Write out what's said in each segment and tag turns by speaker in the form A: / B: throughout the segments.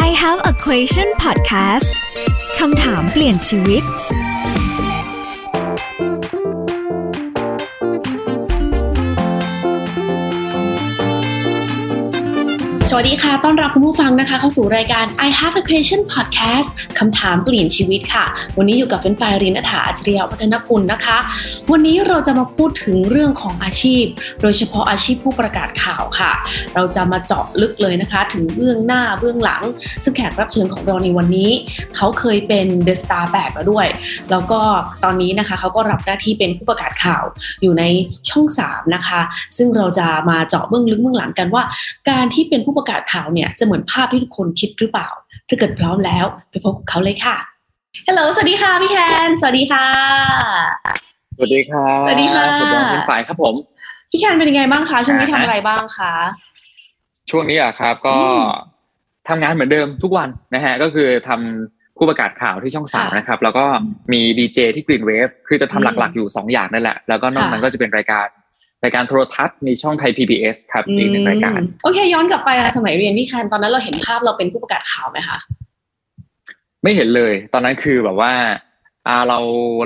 A: I have a question podcast คำถามเปลี่ยนชีวิต
B: สวัสดีค่ะ ต้อนรับคุณผู้ฟังนะคะ เข้าสู่รายการ I Have a Question Podcast คำถามเปลี่ยนชีวิตค่ะ วันนี้อยู่กับเฟรนไฟรินอัฐาอัจฉริยะวัฒนกุลนะคะ วันนี้เราจะมาพูดถึงเรื่องของอาชีพ โดยเฉพาะอาชีพผู้ประกาศข่าวค่ะ เราจะมาเจาะลึกเลยนะคะ ถึงเบื้องหน้าเบื้องหลัง ซึ่งแขกรับเชิญของเราในวันนี้ เขาเคยเป็น The Star 8มาด้วย แล้วก็ตอนนี้นะคะเขาก็รับหน้าที่เป็นผู้ประกาศข่าว อยู่ในช่อง 3 นะคะ ซึ่งเราจะมาเจาะเบื้องลึกเบื้องหลังกันว่า การที่เป็นผู้ประกาศข่าวเนี่ย จะเหมือนภาพที่ทุกคนคิดหรือเปล่า ถ้าเกิดพร้อมแล้ว ไปพบกับเขาเลยค่ะ ฮัลโหล สวัสดีค่ะ พี่แคน สวัสดีค่ะ
C: สวัสดีค่ะ
B: สวัสดีค่ะ
C: สวัสดีคุณฝ่ายครับผม
B: พี่แคนเป็นยังไงบ้างคะ ช่วงนี้ทำ
C: อ่าฮะ
B: อะไรบ้างคะ
C: ช่วงนี้อ่ะครับ ก็
B: อืม
C: ทำงานเหมือนเดิมทุกวันนะฮะ ก็คือทำผู้ประกาศข่าวที่ช่องสาม
B: ค่ะ
C: นะครับ แล้วก็มีดีเจที่ Green Wave คือจะทำหลักๆอยู่ 2 อย่างนั่นแหละ แล้วก็นอก
B: ค่ะ
C: นั้นก็จะเป็นรายการรายการโทรทัศน์มีช่องไทย PBS ครับอีกหนึ่งรายการ
B: อืมโอเค ย้อนกลับไปสมัยเรียนพี่แคนตอนนั้นเราเห็นภาพเราเป็นผู้ประกาศข่าวไหมคะ
C: ไม่เห็นเลย ตอนนั้นคือแบบว่าอ่าเรา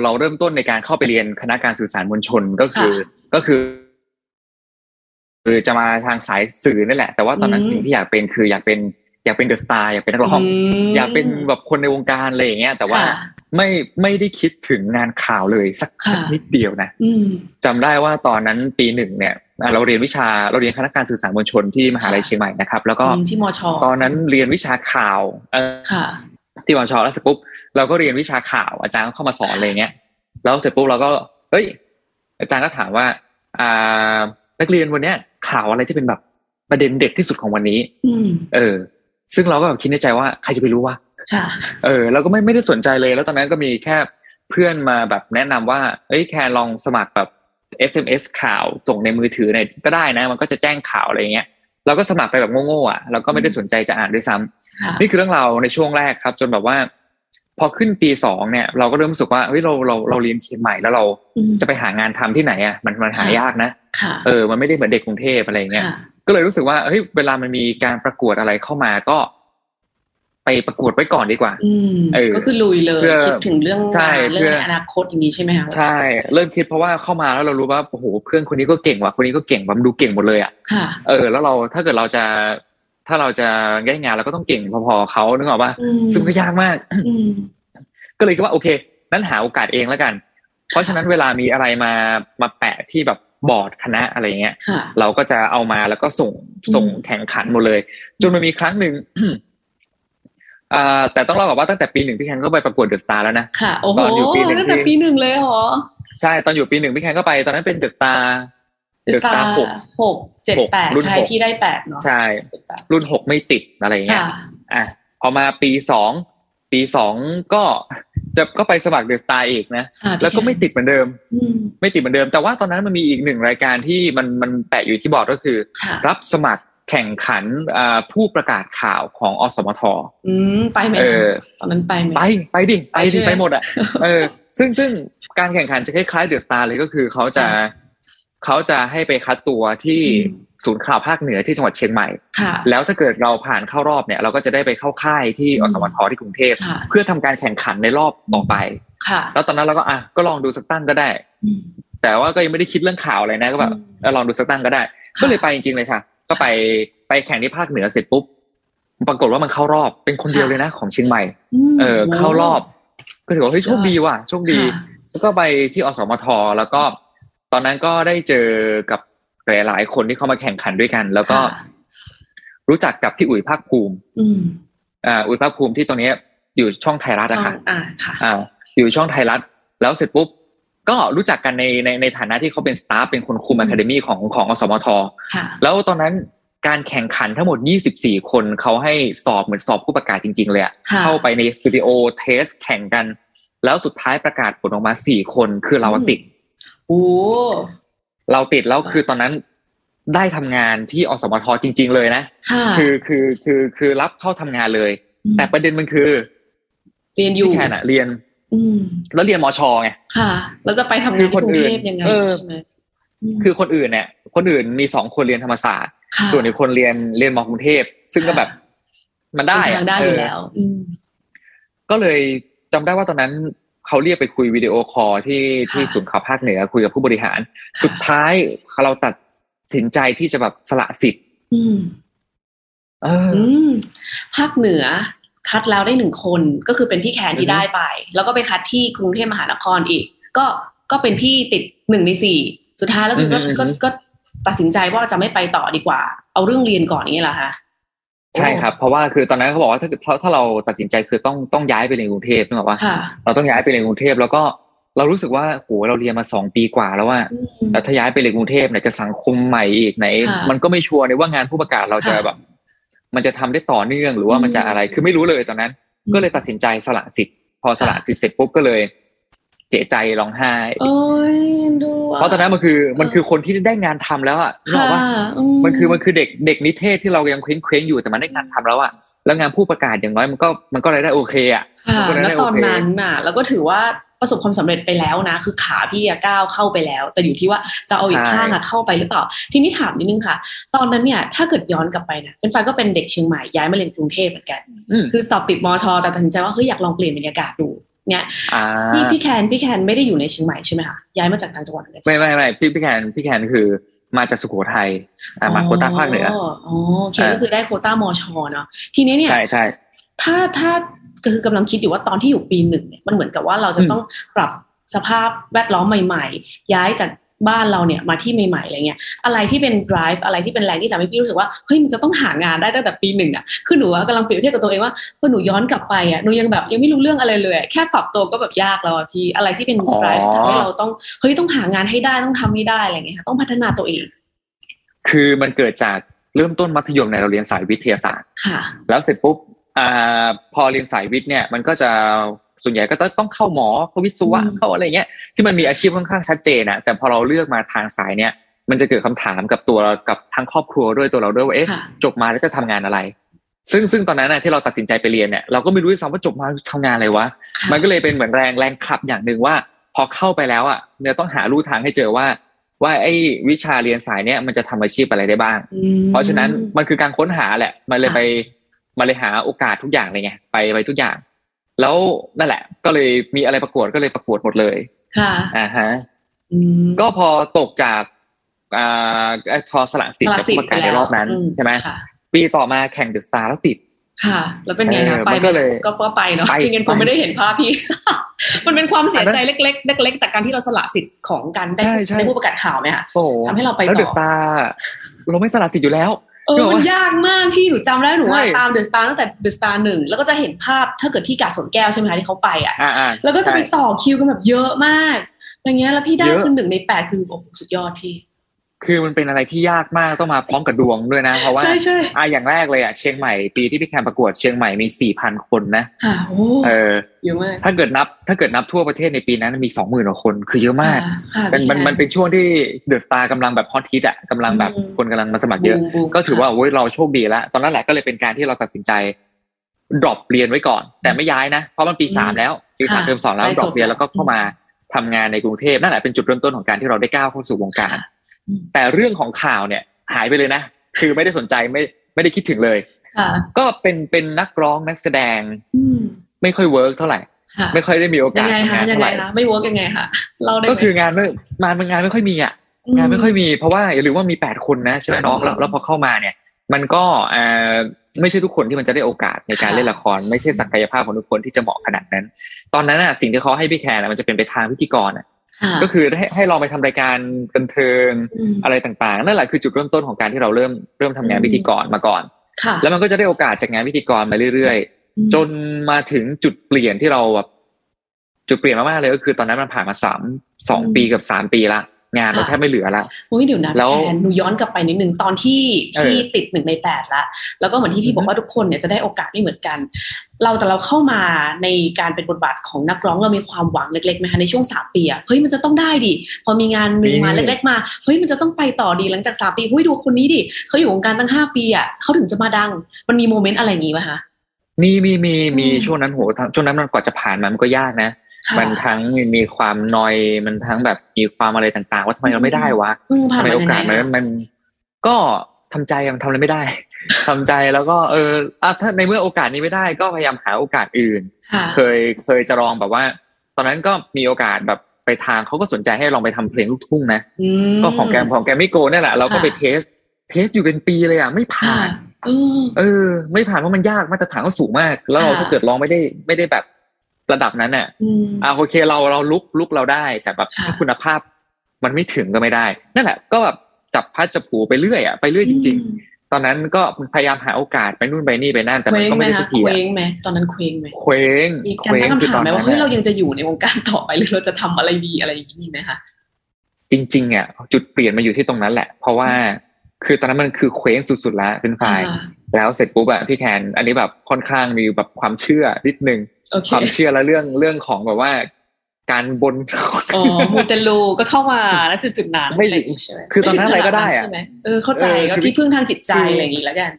C: เราเริ่มต้นในการเข้าไปเรียนคณะการสื่อสารมวลชนก็คือก็คือคือจะมาทางสายสื่อนั่นแหละ แต่ว่าตอนนั้น
B: อืม
C: สิ่งที่อยากเป็นคืออยากเป็นอยากเป็นเดอะสตาร์อยากเป็นนักร้อง
B: ม
C: อยากเป็นแบบคนในวงการอะไรอย่างเงี้ยแต่ว่า
B: ค่ะ
C: ไม่ไม่ได้คิดถึงงานข่าวเลยสัก
B: ค่ะ
C: สักนิดเดียวนะ
B: อืม
C: จำได้ว่าตอนนั้นปีหนึ่งเนี่ยอ่ะเราเรียนวิชาเราเรียนคณะการสื่อสารมวลชนที่มหาลัย
B: ค่ะ
C: เชียงใหม่นะครับ แล้วก็
B: อืมที่มช
C: ตอนนั้นเรียนวิชาข่าวเอ่อ
B: ค่ะ
C: ที่มชแล้วเสร็จปุ๊บเราก็เรียนวิชาข่าวอาจารย์ก็เข้ามาสอนอะไรเงี้ยแล้วเสร็จปุ๊บเราก็เฮ้ยอาจารย์ก็ถามว่าอ่านักเรียนวันเนี้ยข่าวอะไรที่เป็นแบบประเด็นเด็ดที่สุดของวันนี้
B: อืม
C: เออ ซึ่งเราก็แบบคิดในใจว่าใครจะไปรู้ว่า
B: ค่ะ
C: เออเราก็ไม่ไม่ได้สนใจเลยแล้วตอนนั้นก็มีแค่เพื่อนมาแบบแนะนำว่าเอ้ยแค่ลองสมัครแบบ SMS ข่าวส่งในมือถือหน่อยก็ได้นะ มันก็จะแจ้งข่าวอะไรเงี้ยเราก็สมัครไปแบบโง่ๆอ่ะเราก็ไม่ได้สนใจจะอ่านด้วยซ้ำ
B: ค่ะ
C: นี่คือเรื่องเราวในช่วงแรกครับ จนแบบว่า พอขึ้นปีสองเนี่ย เราก็เริ่มรู้สึกว่าเฮ้ยเราเราเราเรียนเชียงใหม่แล้วเรา
B: อืม
C: จะไปหางานทำที่ไหนอ่ะมันมันหา
B: ค่ะ
C: ยากนะ
B: ค่ะ
C: เออมันไม่ได้เหมือนเด็กกรุงเทพอะไรเงี้ย
B: ค่ะ
C: ก็เลยรู้สึกว่าเฮ้ยเวลามันมีการประกวดอะไรเข้ามาก็ ไปประกวดไว้ก่อนดีกว่า
B: อืม
C: เออ
B: ก็คือลุยเลย
C: เพื่อ
B: คิดถึงเรื่อง
C: ใช่
B: งานเรื่อ
C: เพื่
B: ง
C: อ
B: ในอนาคตอย่างนี้ใช่ไหมคะ
C: ใช่ เริ่มคิดเพราะว่าเข้ามาแล้วเรารู้ว่าโอ้โหเพื่อนคนนี้ก็เก่งว่ะคนนี้ก็เก่งว่ะมันดูเก่งหมดเลยอ่ะ
B: ค่ะ
C: เออแล้วเราถ้าเกิดเราจะถ้าเราจะได้งานเราก็ต้องเก่งพอๆเขานึกออกป่ะ
B: อืม
C: ซึ่งก็ยากมาก
B: อืม
C: ก็เลยคิดว่าโอเค นั้นหาโอกาสเองแล้วกัน เพราะฉะนั้นเวลามีอะไรมามาแปะที่แบบบอร์ดคณะอะไรเงี้ย
B: ค่ะ
C: เราก็จะเอามาแล้วก็ส่ง
B: อืม
C: ส่งแข่งขันหมดเลย จนมันมีครั้งห นึ่ง อ่าแต่ต้องเล่าก่อนว่าตั้งแต่ปีหนึ่งพี่แคนก็ไปประกวดเดอะสตาร์แล้วนะ
B: ค่ะ โอ้โห
C: ตอนอยู่ปีหนึ่ง
B: ตั้งแต่ปีหนึ่งเลยเหรอ
C: ใช่ตอนอยู่ปีหนึ่งพี่แคนก็ไปตอนนั้นเป็นเดอะสตาร์ The Star หก
B: หกเจ็ดแปด
C: หกรุ่น
B: ใช่
C: หก
B: พี่ได้แปดเนาะ
C: ใช่
B: เจ็ดแปด
C: รุ่นหกไม่ติดอะไรเงี้
B: ค่ะ
C: ยอ่ะพอมาปีสองปีสองก็จะก็ไปสมัครเดอะสตาร์อีกนะ
B: ค่ะพี่
C: แล้วก็ไม่ติดเหมือนเดิม
B: อืม
C: ไม่ติดเหมือนเดิมแต่ว่าตอนนั้นมันมีอีกหนึ่งรายการที่มันมันแปะอยู่ที่บอร์ดก็คือ
B: ค่ะ
C: รับสมัครแข่งขันอ่าผู้ประกาศข่าวของอสมท
B: อืม ไปไหม
C: เออ
B: ตอนนั้นไปไหม
C: ไปไปดิไป
B: ไปใช่
C: ดิ
B: ไหม
C: ไปหมดอ่ะเออ ซึ่งซึ่งการแข่งขันจะคล้ายๆเดือดสตาร์เลยก็คือเขาจะ
B: อ่า
C: เขาจะให้ไปคัดตัวที่
B: อืม
C: ศูนย์ข่าวภาคเหนือที่จังหวัดเชียงใหม่
B: ค่ะ
C: แล้วถ้าเกิดเราผ่านเข้ารอบเนี่ย เราก็จะได้ไปเข้าค่ายที่
B: อืม
C: อสมทที่กรุงเทพ
B: ค่ะ
C: เพื่อทำการแข่งขันในรอบต่อไป
B: ค่ะ
C: แล้วตอนนั้นเราก็อ่ะก็ลองดูสักตั้งก็ได้
B: อืม
C: แต่ว่าก็ยังไม่ได้คิดเรื่องข่าวอะไรนะก็แบบ
B: อืม
C: เออลองดูสักตั้งก็ได้ ก็เลยไปจริงๆเลยค่ะ ก็ไปไปแข่งที่ภาคเหนือเสร็จปุ๊บปรากฏว่ามันเข้ารอบเป็นคนเดียวเลยนะของเชียงใหม่
B: ม
C: เออ เข้ารอบ
B: โ
C: ก็ถือว่าเฮ้ยโชคดีว่ะโชค
B: โห
C: ดี
B: ค่ะ
C: แล้วก็ไปที่อสมทแล้วก็ ตอนนั้นก็ได้เจอกับหลายๆคนที่เข้ามาแข่งขันด้วยกัน แล้วก็
B: ค่ะ
C: รู้จักกับพี่อุ๋ยภาคภูมิ
B: อืม
C: อ่าอุ๋ยภาคภูมิที่ตอนนี้อยู่ช่องไทยรัฐนะคะ
B: อ่าค่ะ
C: อ่าอยู่ช่องไทยรัฐ แล้วเสร็จปุ๊บ ก็รู้จักกันในในในฐานะที่เขาเป็นสตาฟเป็นคนคุม
B: อืม
C: อะคาเดมี่ของของอสมท
B: ค่ะ
C: แล้วตอนนั้นการแข่งขันทั้งหมด 24 คนเขาให้สอบเหมือนสอบผู้ประกาศจริง ๆ เลยอะ
B: ค่ะ
C: เข้าไปในสตูดิโอเทสแข่งกัน แล้วสุดท้ายประกาศผลออกมา 4 คนคือเราอะ
B: อืม
C: ติด
B: โอ้
C: เราติดแล้วคือตอนนั้นได้ทำงานที่อสมทจริง ๆ เลยนะ
B: ค่ะ
C: คือคือคือคือรับเข้าทำงานเลย
B: ม
C: แต่ประเด็นมันคือ
B: เรียนอ
C: พี่
B: ยู่
C: แคนอะเรียน
B: อืม
C: แล้วเรียนมอชอไง
B: ค่ะเราจะไปทำ
C: คื
B: งาน
C: อคน
B: ที่กรุงเทพ
C: อื่น
B: ยังไง
C: เออ
B: ใช่ไหมม
C: คือคนอื่นเนี่ยคนอื่นมีสองคนเรียนธรรมศาสตร์
B: ค่ะ
C: ส่วนอีกคนเรียนเรียนมอกรุงเทพ ซึ่งก็แบบ มันได้
B: เป็น
C: อะ
B: ทางได้
C: เอ
B: อยู่
C: อ
B: แล้ว อืม
C: ก็เลยจำได้ว่าตอนนั้นเขาเรียกไปคุยวิดีโอคอลที่
B: ค่ะ
C: ที่ศูนย์ข่าวภาคเหนือคุยกับผู้บริหาร
B: ะ
C: สุดท้ายเราตัดสินใจที่จะแบบสละสิทธิ์
B: อืม
C: เอออ
B: อืมภาคเหนือคัดแล้วได้หนึ่งคนก็คือเป็นพี่แคนที่
C: อือฮึ
B: ได้ไป แล้วก็ไปคัดที่กรุงเทพมหานครอีก ก็ก็เป็นพี่ติดหนึ่งในสี่สุดท้ายแล้วคือก็ก็ก็ตัดสินใจว่าจะไม่ไปต่อดีกว่า เอาเรื่องเรียนก่อนอย่างเงี้ยเหรอคะ
C: ใช่ครับ เพราะว่าคือตอนนั้นเขาบอกว่าถ้าถ้าถ้าเราตัดสินใจคือต้องต้องย้ายไปเรียนกรุงเทพนึกออกปะ
B: ค่ะ
C: เราต้องย้ายไปเรียนกรุงเทพแล้วก็เรารู้สึกว่าโหเราเรียนมาสองปีกว่าแล้วว่า
B: อืม
C: แล้วถ้าย้ายไปเรียนกรุงเทพเนี่ยจะสังคมใหม่อีกไหน
B: ค่ะ
C: มันก็ไม่ชัวร์เลยว่างานผู้ประกาศเราจะ
B: ค่ะ
C: แบบ มันจะทำได้ต่อเนื่องหรือว่ามันจะอะไรคือไม่รู้เลยตอนนั้น ก็เลยตัดสินใจสละสิทธิ์พอสละ
B: ค่ะ
C: สิทธิ์เสร็จปุ๊บก็เลยเสียใจร้องไห้
B: โอ้ยดู
C: เพราะตอนนั้นมันคือมันคือคนที่ได้งานทำแล้วอ่ะนึกออกว่า มันคือมันคือเด็กเด็กนิเทศที่เรายังเคว้งเคว้งอยู่แต่มันได้งานทำแล้วอะแล้วงานผู้ประกาศอย่างน้อยมันก็มันก็รายได้โอเคอะ
B: ค่ะ
C: คนนั้น
B: แล้ว
C: ได้
B: ต
C: โอ
B: อน
C: เค
B: นั้นน่ะ แล้วก็ถือว่าประสบความสำเร็จไปแล้วนะ คือขาพี่อะก้าวเข้าไปแล้ว แต่อยู่ที่ว่าจะเอาอีกข้างอะเข้าไปหรือเปล่า ทีนี้ถามนิดนึงค่ะ ตอนนั้นเนี่ยถ้าเกิดย้อนกลับไปนะเฟรนไฟก็เป็นเด็กเชียงใหม่ย้ายมาเรียนกรุงเทพเหมือนกัน
C: อืม
B: คือสอบติดมชแต่ตัดสินใจว่าเฮ้ยอยากลองเปลี่ยนบรรยากาศดูเนี่ย
C: อ่า
B: พี่พี่แคนพี่แคนไม่ได้อยู่ในเชียงใหม่ใช่ไหมคะย้ายมาจากต่างจังหวัดเหมือนกันใช่
C: ไม่
B: ไหม
C: ไม่ไม่พี่พี่แคนพี่แคนคือมาจากสุโขทัยอ่ามาโคต้าภาคเหนือ
B: อ๋อโอเคก็คือได้โควต้ามชเนาะทีนี้เนี่ย
C: ใช่ใช่
B: ถ้าถ้าคือกำลังคิดอยู่ว่าตอนที่อยู่ปีหนึ่งเนี่ยมันเหมือนกับว่าเราจะ
C: อืม
B: ต้องปรับสภาพแวดล้อมใหม่ ๆ ย้ายจากบ้านเราเนี่ยมาที่ใหม่ๆอะไรเงี้ยอะไรที่เป็น drive อะไรที่เป็นแรงที่ทำให้พี่รู้สึกว่าเฮ้ยมันจะต้องหางานได้ตั้งแต่ปีหนึ่งอ่ะคือหนูอะกำลังเปรียบเทียบกับตัวเองว่าพอหนูย้อนกลับไปอ่ะหนูยังแบบยังไม่รู้เรื่องอะไรเลยอะแค่ปรับตัวก็แบบยากแล้วอะที่อะไรที่เป็น drive ทำให้เราต้องเฮ้ยต้องหางานให้ได้ต้องทำให้ได้อะไรเงี้ยค่ะต้องพัฒนาตัวเอง
C: คือมันเกิดจากเริ่มต้นมัธยมเนี่ยเราเรียนสายวิทยาศาสตร์
B: ค่ะ
C: แล้วเสร็จปุ๊บอ่าพอเรียนสายวิทย์เนี่ยมันก็จะส่วนใหญ่ก็ต้องต้องเข้าหมอเข้าวิศวะ
B: อืม
C: เข้าอะไรเงี้ยที่มันมีอาชีพค่อนข้างชัดเจนอะแต่พอเราเลือกมาทางสายเนี่ยมันจะเกิดคำถามกับตัวกับทั้งครอบครัวด้วยตัวเราด้วยว่าเอ๊ะ
B: ค่ะ
C: จบมาแล้วจะทำงานอะไร ซึ่งซึ่งตอนนั้นน่ะที่เราตัดสินใจไปเรียนเนี่ยเราก็ไม่รู้ด้วยซ้ำว่าจบมาทำงานอะไรวะ
B: ค่ะ
C: มันก็เลยเป็นเหมือนแรงแรงขับอย่างหนึ่งว่า พอเข้าไปแล้วอ่ะเนี่ยต้องหาลู่ทางให้เจอว่า ว่าไอ้วิชาเรียนสายเนี้ยมันจะทำอาชีพอะไรได้บ้าง
B: อืม
C: เพราะฉะนั้นมันคือการค้นหาแหละมันเลย
B: ค่ะ
C: ไปมันเลยหาโอกาสทุกอย่างเลยไงไปไปทุกอย่าง แล้วนั่นแหละ ก็เลยมีอะไรประกวดก็เลยประกวดหมดเลย
B: ค่ะ
C: อ่าฮะ
B: อืม
C: ก็พอตกจากอ่าไอ้พอสละสิทธิ์จากผู้ประกาศในรอบนั้นใช่ไหม
B: ค่ะ
C: ปีต่อมาแข่งเดอะสตาร์แล้วติด
B: ค่ะ แล้วเป็นไงคะ
C: เออ
B: ไป
C: มันก็เลย
B: ก็ก็ไปเนาะ
C: ไป
B: ไม่งั้นผม
C: ไป
B: ไม่ได้ เห็นภาพพี่ มันเป็นความเสีย
C: อันนั้
B: ใจ
C: น
B: เล็กๆเล็กๆจากการที่เราสละสิทธิ์ของการได้
C: ใช่ใช่
B: ได้ผู้ประกาศข่าวไหมคะ
C: โอ้โห
B: ทำให้เราไป
C: แล้วเด
B: ต่
C: อะ
B: อ
C: สตาร์เราไม่สละสิทธิ์อยู่แล้ว
B: เออ
C: เดี๋ยว
B: มันยากมากพี่หนูจำได้หนูว่า
C: ใช่
B: ตามเดอะสตาร์ตั้งแต่เดอะสตาร์หนึ่งแล้วก็จะเห็นภาพถ้าเกิดที่กาดสวนแก้วใช่ไหมคะที่เขาไปอ่ะ
C: อ่าอ่า
B: แล้วก็จะไป
C: ใช่
B: ต่อคิวกันแบบเยอะมากอย่างเงี้ยแล้วพี่ได้
C: เยอะ
B: คือหนึ่งในแปดคือโอ้โหสุดยอดพี่
C: คือมันเป็นอะไรที่ยากมากต้องมาพร้อมกับดวงด้วยนะ เพราะว่า
B: ใช่ใช่
C: อ่าอย่างแรกเลยอ่ะเชียงใหม่ปีที่พี่แคมประกวดเชียงใหม่มี 4,000 คนนะ
B: ค่ะโอ้
C: เออ
B: เยอะมาก
C: ถ้าเกิดนับถ้าเกิดนับทั่วประเทศในปีนั้นมี 20,000กว่าคนคือเยอะมาก
B: ค่ะค่ะ
C: มัน
B: พี่แอน
C: มันมันเป็นช่วงที่เดอะสตาร์กำลังแบบฮอตฮิตอ่ะกำลังแบบ
B: อืม
C: คนกำลังมาสมัครเยอะ
B: บูมบูม
C: ก็ถือ
B: ค่ะ
C: ว่าโอ้ยเราโชคดีแล้วตอนนั้นแหละก็เลยเป็นการที่เราตัดสินใจดรอปเรียนไว้ก่อน แต่ไม่ย้ายนะเพราะมันปี
B: อืม
C: สามแล้วปีสาม
B: ค่ะ
C: เทอมสองแล้ว
B: ไปจบ
C: ดรอปเรียนแล้วก็เข้า
B: อืม
C: มาทำงานในกรุงเทพนั่นแหละเป็นจุดเริ่มต้นของการที่เราได้ก้าวเข้าสู่วงการ
B: ค่ะอืม
C: แต่เรื่องของข่าวเนี่ยหายไปเลยนะ คือไม่ได้สนใจไม่ไม่ได้คิดถึงเลย
B: ค่ะ
C: ก็เป็นเป็นนักร้องนักแสดง
B: อืม
C: ไม่ค่อยเวิร์กเท่าไหร่
B: ค่ะ
C: ไม่ค่อยได้มีโอกา
B: ยัง
C: ส
B: ไง
C: ทำ
B: คะ
C: งา
B: ยั
C: น
B: ง
C: เท่า
B: ไง
C: ไหร่
B: คะไม่เวิร์กยังไงคะเราได้ไหม
C: ก็คืองานไม่งานมันงานไม่ค่อยมีอ่ะ งานไม่ค่อยมีเพราะว่าอย่าลืมว่ามี 8 คนนะใช่ไหมน้องแล้วแล้วพอเข้ามาเนี่ย มันก็เอ่อไม่ใช่ทุกคนที่มันจะได้โอกาสในการเล่นละคร ไม่ใช่ศักยภาพของทุกคนที่จะเหมาะขนาดนั้น ตอนนั้นอ่ะสิ่งที่เขาให้พี่แคร์น่ะมันจะเป็นไปทางพิธีกรอ่ะ
B: ค่ะ
C: ก็คือให้ให้ลองไปทำรายการบันเทิง
B: ม
C: อะไรต่างๆนั่นแหละคือจุดเริ่มต้นของการที่เราเริ่มเริ่มทำงานพิธีกรมาก่อน
B: ค่ะ
C: แล้วมันก็จะได้โอกาสจากงานพิธีกรมาเรื่อย
B: อืม
C: ๆ จนมาถึงจุดเปลี่ยนที่เราแบบจุดเปลี่ยนมากๆเลยก็คือ ตอนนั้นมันผ่านมาสามสองปีกับสามปีละงานเราแทบไม่เหลือละ
B: โอ้ยเดี๋ยวนะ
C: แล้ว
B: แทนหนูย้อนกลับไปนิดนึงตอนที่
C: เออ
B: พี่ติดหนึ่งในแปดละแล้วก็เหมือนที่พี่
C: อือ
B: บ
C: ฮึ
B: อกว่าทุกคนเนี่ยจะได้โอกาสไม่เหมือนกัน เราแต่เราเข้ามาในการเป็นบทบาทของนักร้องเรามีความหวังเล็กๆไหมคะในช่วงสามปีอะเฮ้ยมันจะต้องได้ดิพอมีงานหนึ่งมาเล็ก ๆ มาเฮ้ยมันจะต้องไปต่อดีหลังจากสามปีเฮ้ยดูคนนี้ดิเขาอยู่วงการตั้งห้าปีอะเขาถึงจะมาดัง มันมีโมเมนต์อะไรอย่างงี้ป่ะคะ
C: มีมีมีมี
B: อืม
C: ช่วงนั้นโหทั้งช่วงนั้นมันกว่าจะผ่านมามันก็ยากนะ
B: ค่ะ
C: มันทั้งมีความนอยมันทั้งแบบมีความอะไรต่างๆ ว่าทำไมเราไม่ได้วะ
B: เพิ่งผ่าน
C: ทำไม
B: มา
C: โอ
B: ยังไง
C: กาสมัน
B: อะ
C: มัน ก็ ทำใจอะมันทำอะไรไม่ได้ ทำใจแล้วก็เอออ่ะถ้าในเมื่อโอกาสนี้ไม่ได้ก็พยายามหาโอกาสอื่น
B: ค่ะ
C: เคยเคยจะลองแบบว่า ตอนนั้นก็มีโอกาสแบบไปทางเขาก็สนใจให้ลองไปทำเพลงลูกทุ่งนะ
B: อืม
C: ก็ของแกมของแกมไม่โกนั่นแหละเราก็
B: ค่ะ
C: ไปเทส เทสอยู่เป็นปีเลยอ่ะไม่ผ่าน
B: เออ
C: เออ ไม่ผ่านเพราะมันยากมาตรฐานก็สูงมาก แล้วเรา
B: ค่ะ
C: ถ้าเกิดลองไม่ได้ไม่ได้แบบระดับนั้นน่ะ
B: อืม
C: อ่าโอเคเราเราลุกลุกเราได้แต่แบบ
B: ค่ะ
C: ถ้าคุณภาพมันไม่ถึงก็ไม่ได้ นั่นแหละ ก็แบบจับพัดจับผูไปเรื่อยอ่ะไปเรื่อยจริง ๆ ตอนนั้นก็พยายามหาโอกาสไปนู่นไปนี่ไปนั่นแต่มันก็ไม่ได้สักที
B: เค
C: อะ
B: ว้งไหมตอนนั้นเคว้งไหม
C: เคว้ง
B: มี
C: เค
B: การ
C: ว้ง
B: ตั้ง
C: คือ
B: คำ
C: ต
B: ถา
C: อ
B: ม
C: น
B: ไหม
C: นั้
B: ว่าน เฮ้ยเรา
C: น่ะ
B: ยังจะอยู่ในวงการต่อไป หรือเราจะทำอะไรดีอะไรอย่างนี้มีไหมคะ
C: จริงๆอ่ะจุดเปลี่ยนมาอยู่ที่ตรงนั้นแหละ เพราะว่าคือตอนนั้นมันคือเคว้งสุดๆแล้วเป็นไฟล์ แล้วเสร็จปุ๊บอะพี่แคนอันนี้แบบค่อนข้างมีแบบความเชื่อนิดนึง
B: โอเค
C: ความเชื่อและเรื่องเรื่องของแบบว่า การบน
B: อ๋อมูเตลูก็เข้ามาแล้วจุดจุดๆนั้น
C: ไม่
B: ะรย่างงี้ใช่หม
C: คือตอนนั้นอะไรก็ได้อะ
B: ใช่หมเออเข้าใจ
C: เออ
B: ก็
C: คือ
B: ที่พึ่งทางจิตใจ
C: คืออ
B: อะไรอย่างนี้แล้วกัน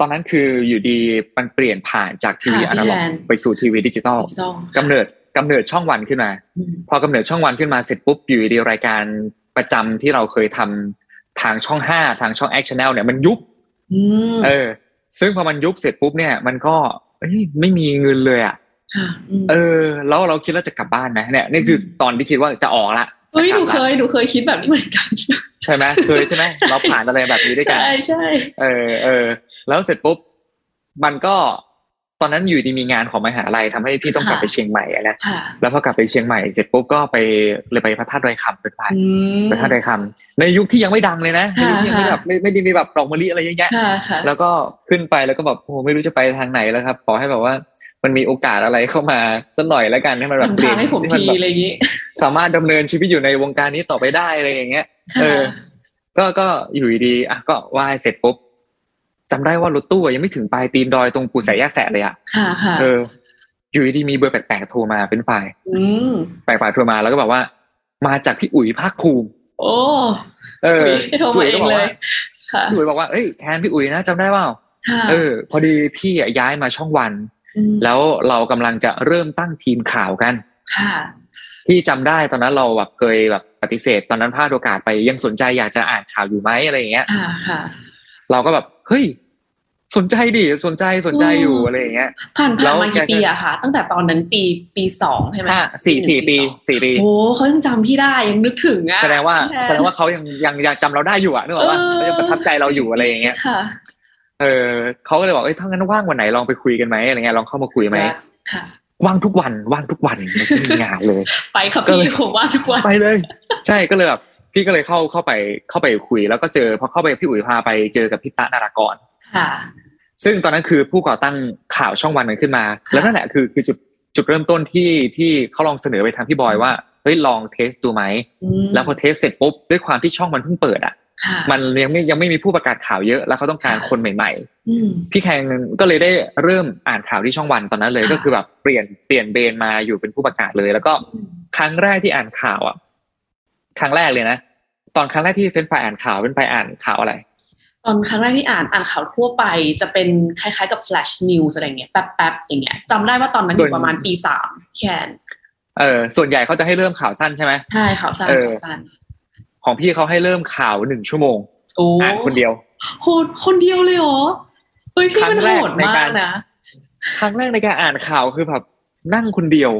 C: ตอนนั้นคืออยู่ดีมันเปลี่ยนผ่านจากทีวี
B: ค่ะ
C: อนาล็อก
B: พี่แคน
C: ไปสู่ทีวีดิจิตอล
B: ถูกต้อง
C: กำเนิดกำเนิดช่องวันขึ้นมา
B: อืม
C: พอกำเนิดช่องวันขึ้นมาเสร็จปุ๊บอยู่ดีรายการประจำที่เราเคยทำทางช่องห้าทางช่องแอคชั่นแนลเนี่ยมันยุบ
B: อืม
C: เออ ซึ่งพอมันยุบเสร็จปุ๊บเนี่ยมันก็เอ้ยไม่มีเงินเลยอะ
B: ค่ะอืม
C: เออ แล้วเราคิดว่าจะกลับบ้านไหมเนี่ยนี่คือตอนที่คิดว่าจะออกละ
B: เฮ้ยหนู
C: จะกลับละ
B: เคยหนูเคยคิดแบบนี้เหมือนกัน
C: ใช่ไหมเคยใช่ไหม
B: ใช่
C: เราผ่านอะไรแบบนี้ด้วยกัน
B: ใช่ใช่
C: เออเออแล้วเสร็จปุ๊บมันก็ตอนนั้นอยู่ดีมีงานของมหาลัยทำให้พี่ต้องกลับไปเชียงใหม่อะนะ
B: ค่ะ
C: แล้วพอกลับไปเชียงใหม่เสร็จปุ๊บก็ไปเลยไปพระธาตุดอยคำเป็นไป
B: อืม
C: พระธาตุดอยคำในยุคที่ยังไม่ดังเลยนะใน
B: ค่ะ
C: ยุคที่ยังไม่
B: ค่ะ
C: แบบไม่ไม่ได้มีแบบดอกมะลิอะไรเยอะแยะ
B: ค่ะค่ะ
C: แล้วก็ขึ้นไปแล้วก็แบบโอ้โหไม่รู้จะไปทางไหนแล้วครับขอให้แบบว่ามันมีโอกาสอะไรเข้ามาสักหน่อยแล้วกันให้มันแบบ
B: ทำ
C: เปลี่
B: ทาย ง
C: น
B: ให้ผม
C: ที่
B: ที
C: นแบบ
B: อะไรอย่างนี้
C: สามารถดำเนินชีวิตอยู่ในวงการนี้ต่อไปได้อะไรอย่างเงี้ย
B: ค่ะ
C: เออ ก็ก็อยู่ดีๆอ่ะก็ไหว้เสร็จปุ๊บจำได้ว่ารถตู้อ่ะยังไม่ถึงปลายตีนดอยตรงปูสายแยกแสะเลยอ่ะ
B: ค่ะค่ะ
C: เออ อยู่ดีๆมีเบอร์แปลกๆโทรมาเป็นฝ่าย
B: อืม
C: แปลกๆโทรมาแล้วก็บอกว่า มาจากพี่อุ๋ยภาคภูมิ
B: โอ้
C: เออ
B: ไม่โทรมาเอง
C: พี่
B: เล
C: ก็บอก
B: ย
C: ว่า
B: ค่ะ
C: พี่อุ๋ยบอกว่าเอ้ยแทนพี่อุ๋ยนะจำได้เปล่า
B: ค่ะ
C: เออ พอดีพี่อ่ะย้ายมาช่องวัน
B: ม
C: แล้วเรากำลังจะเริ่มตั้งทีมข่าวกัน
B: ค่ะ
C: ที่จำได้ตอนนั้นเราแบบเคยแบบปฏิเสธ ตอนนั้นพลาดโอกาสไปยังสนใจอยากจะอ่านข่าวอยู่ไหมอะไรอย่างเงี้ย
B: ค่ะค่ะ
C: เราก็แบบเฮ้ยสนใจดิสนใจสนใจอยู่
B: อืม
C: อะไรอย่างเงี้ย
B: ผ่าน
C: แล้
B: ผ่าน
C: ว
B: มา
C: แก
B: กี่
C: ก็
B: ปีอะคะตั้งแต่ตอนนั้นปีปีสองใช่ไหม
C: ห้า
B: ห
C: สี่
B: นึ่ง
C: สี่ปีสี่ปี
B: โอ้เขายังจำพี่ได้ยังนึกถึงอะ
C: แสดงว่า
B: พี่อน
C: แสดงว่าเขายังยังยังจำเราได้อยู่อ่ะนึกออกว่า
B: เออ
C: เขายังประทับใจเราอยู่อะไรอย่างเงี้ย
B: ค่ะ
C: เออเขาก็เลยบอกเอ้ยถ้างั้นว่างวันไหนลองไปคุยกันไหมอะไรเงี้ยลองเข้ามาคุยไหม
B: ค่ะ
C: ว่างทุกวันว่างทุกวันไม่มีงานเลย
B: ไปครับ
C: ก็เลย
B: พี่ผมว่าทุกวัน
C: ไปเลย ใช่ก็เลยแบบพี่ก็เลยเข้าเข้าไปเข้าไปคุย แล้วก็เจอพอเข้าไปพี่อุ๋ยพาไปเจอกับพี่ตะนารากร
B: ค่ะ
C: ซึ่งตอนนั้นคือผู้ก่อตั้งข่าวช่องวันมันขึ้นมา
B: ค่ะ
C: แล้วนั่นแหละคือคือจุดจุดเริ่มต้นที่ที่เขาลองเสนอไปทางพี่บอยว่าเฮ้ยลองเทสดูไหม
B: อืม
C: แล้วพอเทสเสร็จปุ๊บด้วยความที่ช่องมันเพิ่งเปิดอ่ะ
B: ค่ะ
C: มันยังไม่ยังไม่มีผู้ประกาศข่าวเยอะแล้วเขาต้องการ
B: ค่ะ
C: คนใหม่
B: อืม
C: ๆ พี่แขงก็เลยได้เริ่มอ่านข่าวที่ช่องวันตอนนั้นเลย
B: ค่ะ
C: ก็คือแบบเปลี่ยนเปลี่ยนเบนมาอยู่เป็นผู้ประกาศเลย แล้วก็ครั้งแรกที่อ่านข่าวอ่ะครั้งแรกเลยนะ ตอนครั้งแรกที่เฟนไฟอ่านข่าวเฟนไฟอ่านข่าวอะไร
B: ตอนครั้งแรกที่อ่านอ่านข่าวทั่วไปจะเป็นคล้ายๆกับ flash news อะไรเงี้ยแป๊บๆอย่างเงี้ยจำได้ว่าตอนนั้นอ
C: ส่
B: ยู่
C: วน
B: ประมาณปีสามแค่น
C: เออส่วนใหญ่เขาจะให้เริ่มข่าวสั้นใช่ไหม
B: ใช่ข่าวสั้น
C: เออ
B: ข่าวสั้น
C: ของพี่เขาให้เริ่มข่าวหนึ่งชั่วโมง
B: โอ้
C: อ่านคนเดียว
B: โหดคนเดียวเลยเหรอเฮ้ยพี่มัน
C: ครั้งแร
B: โห
C: ก
B: ด
C: ใน
B: มาก
C: าก ร
B: นะ
C: ครั้งแรกในการอ่านข่าวคือแบบนั่งคนเดียว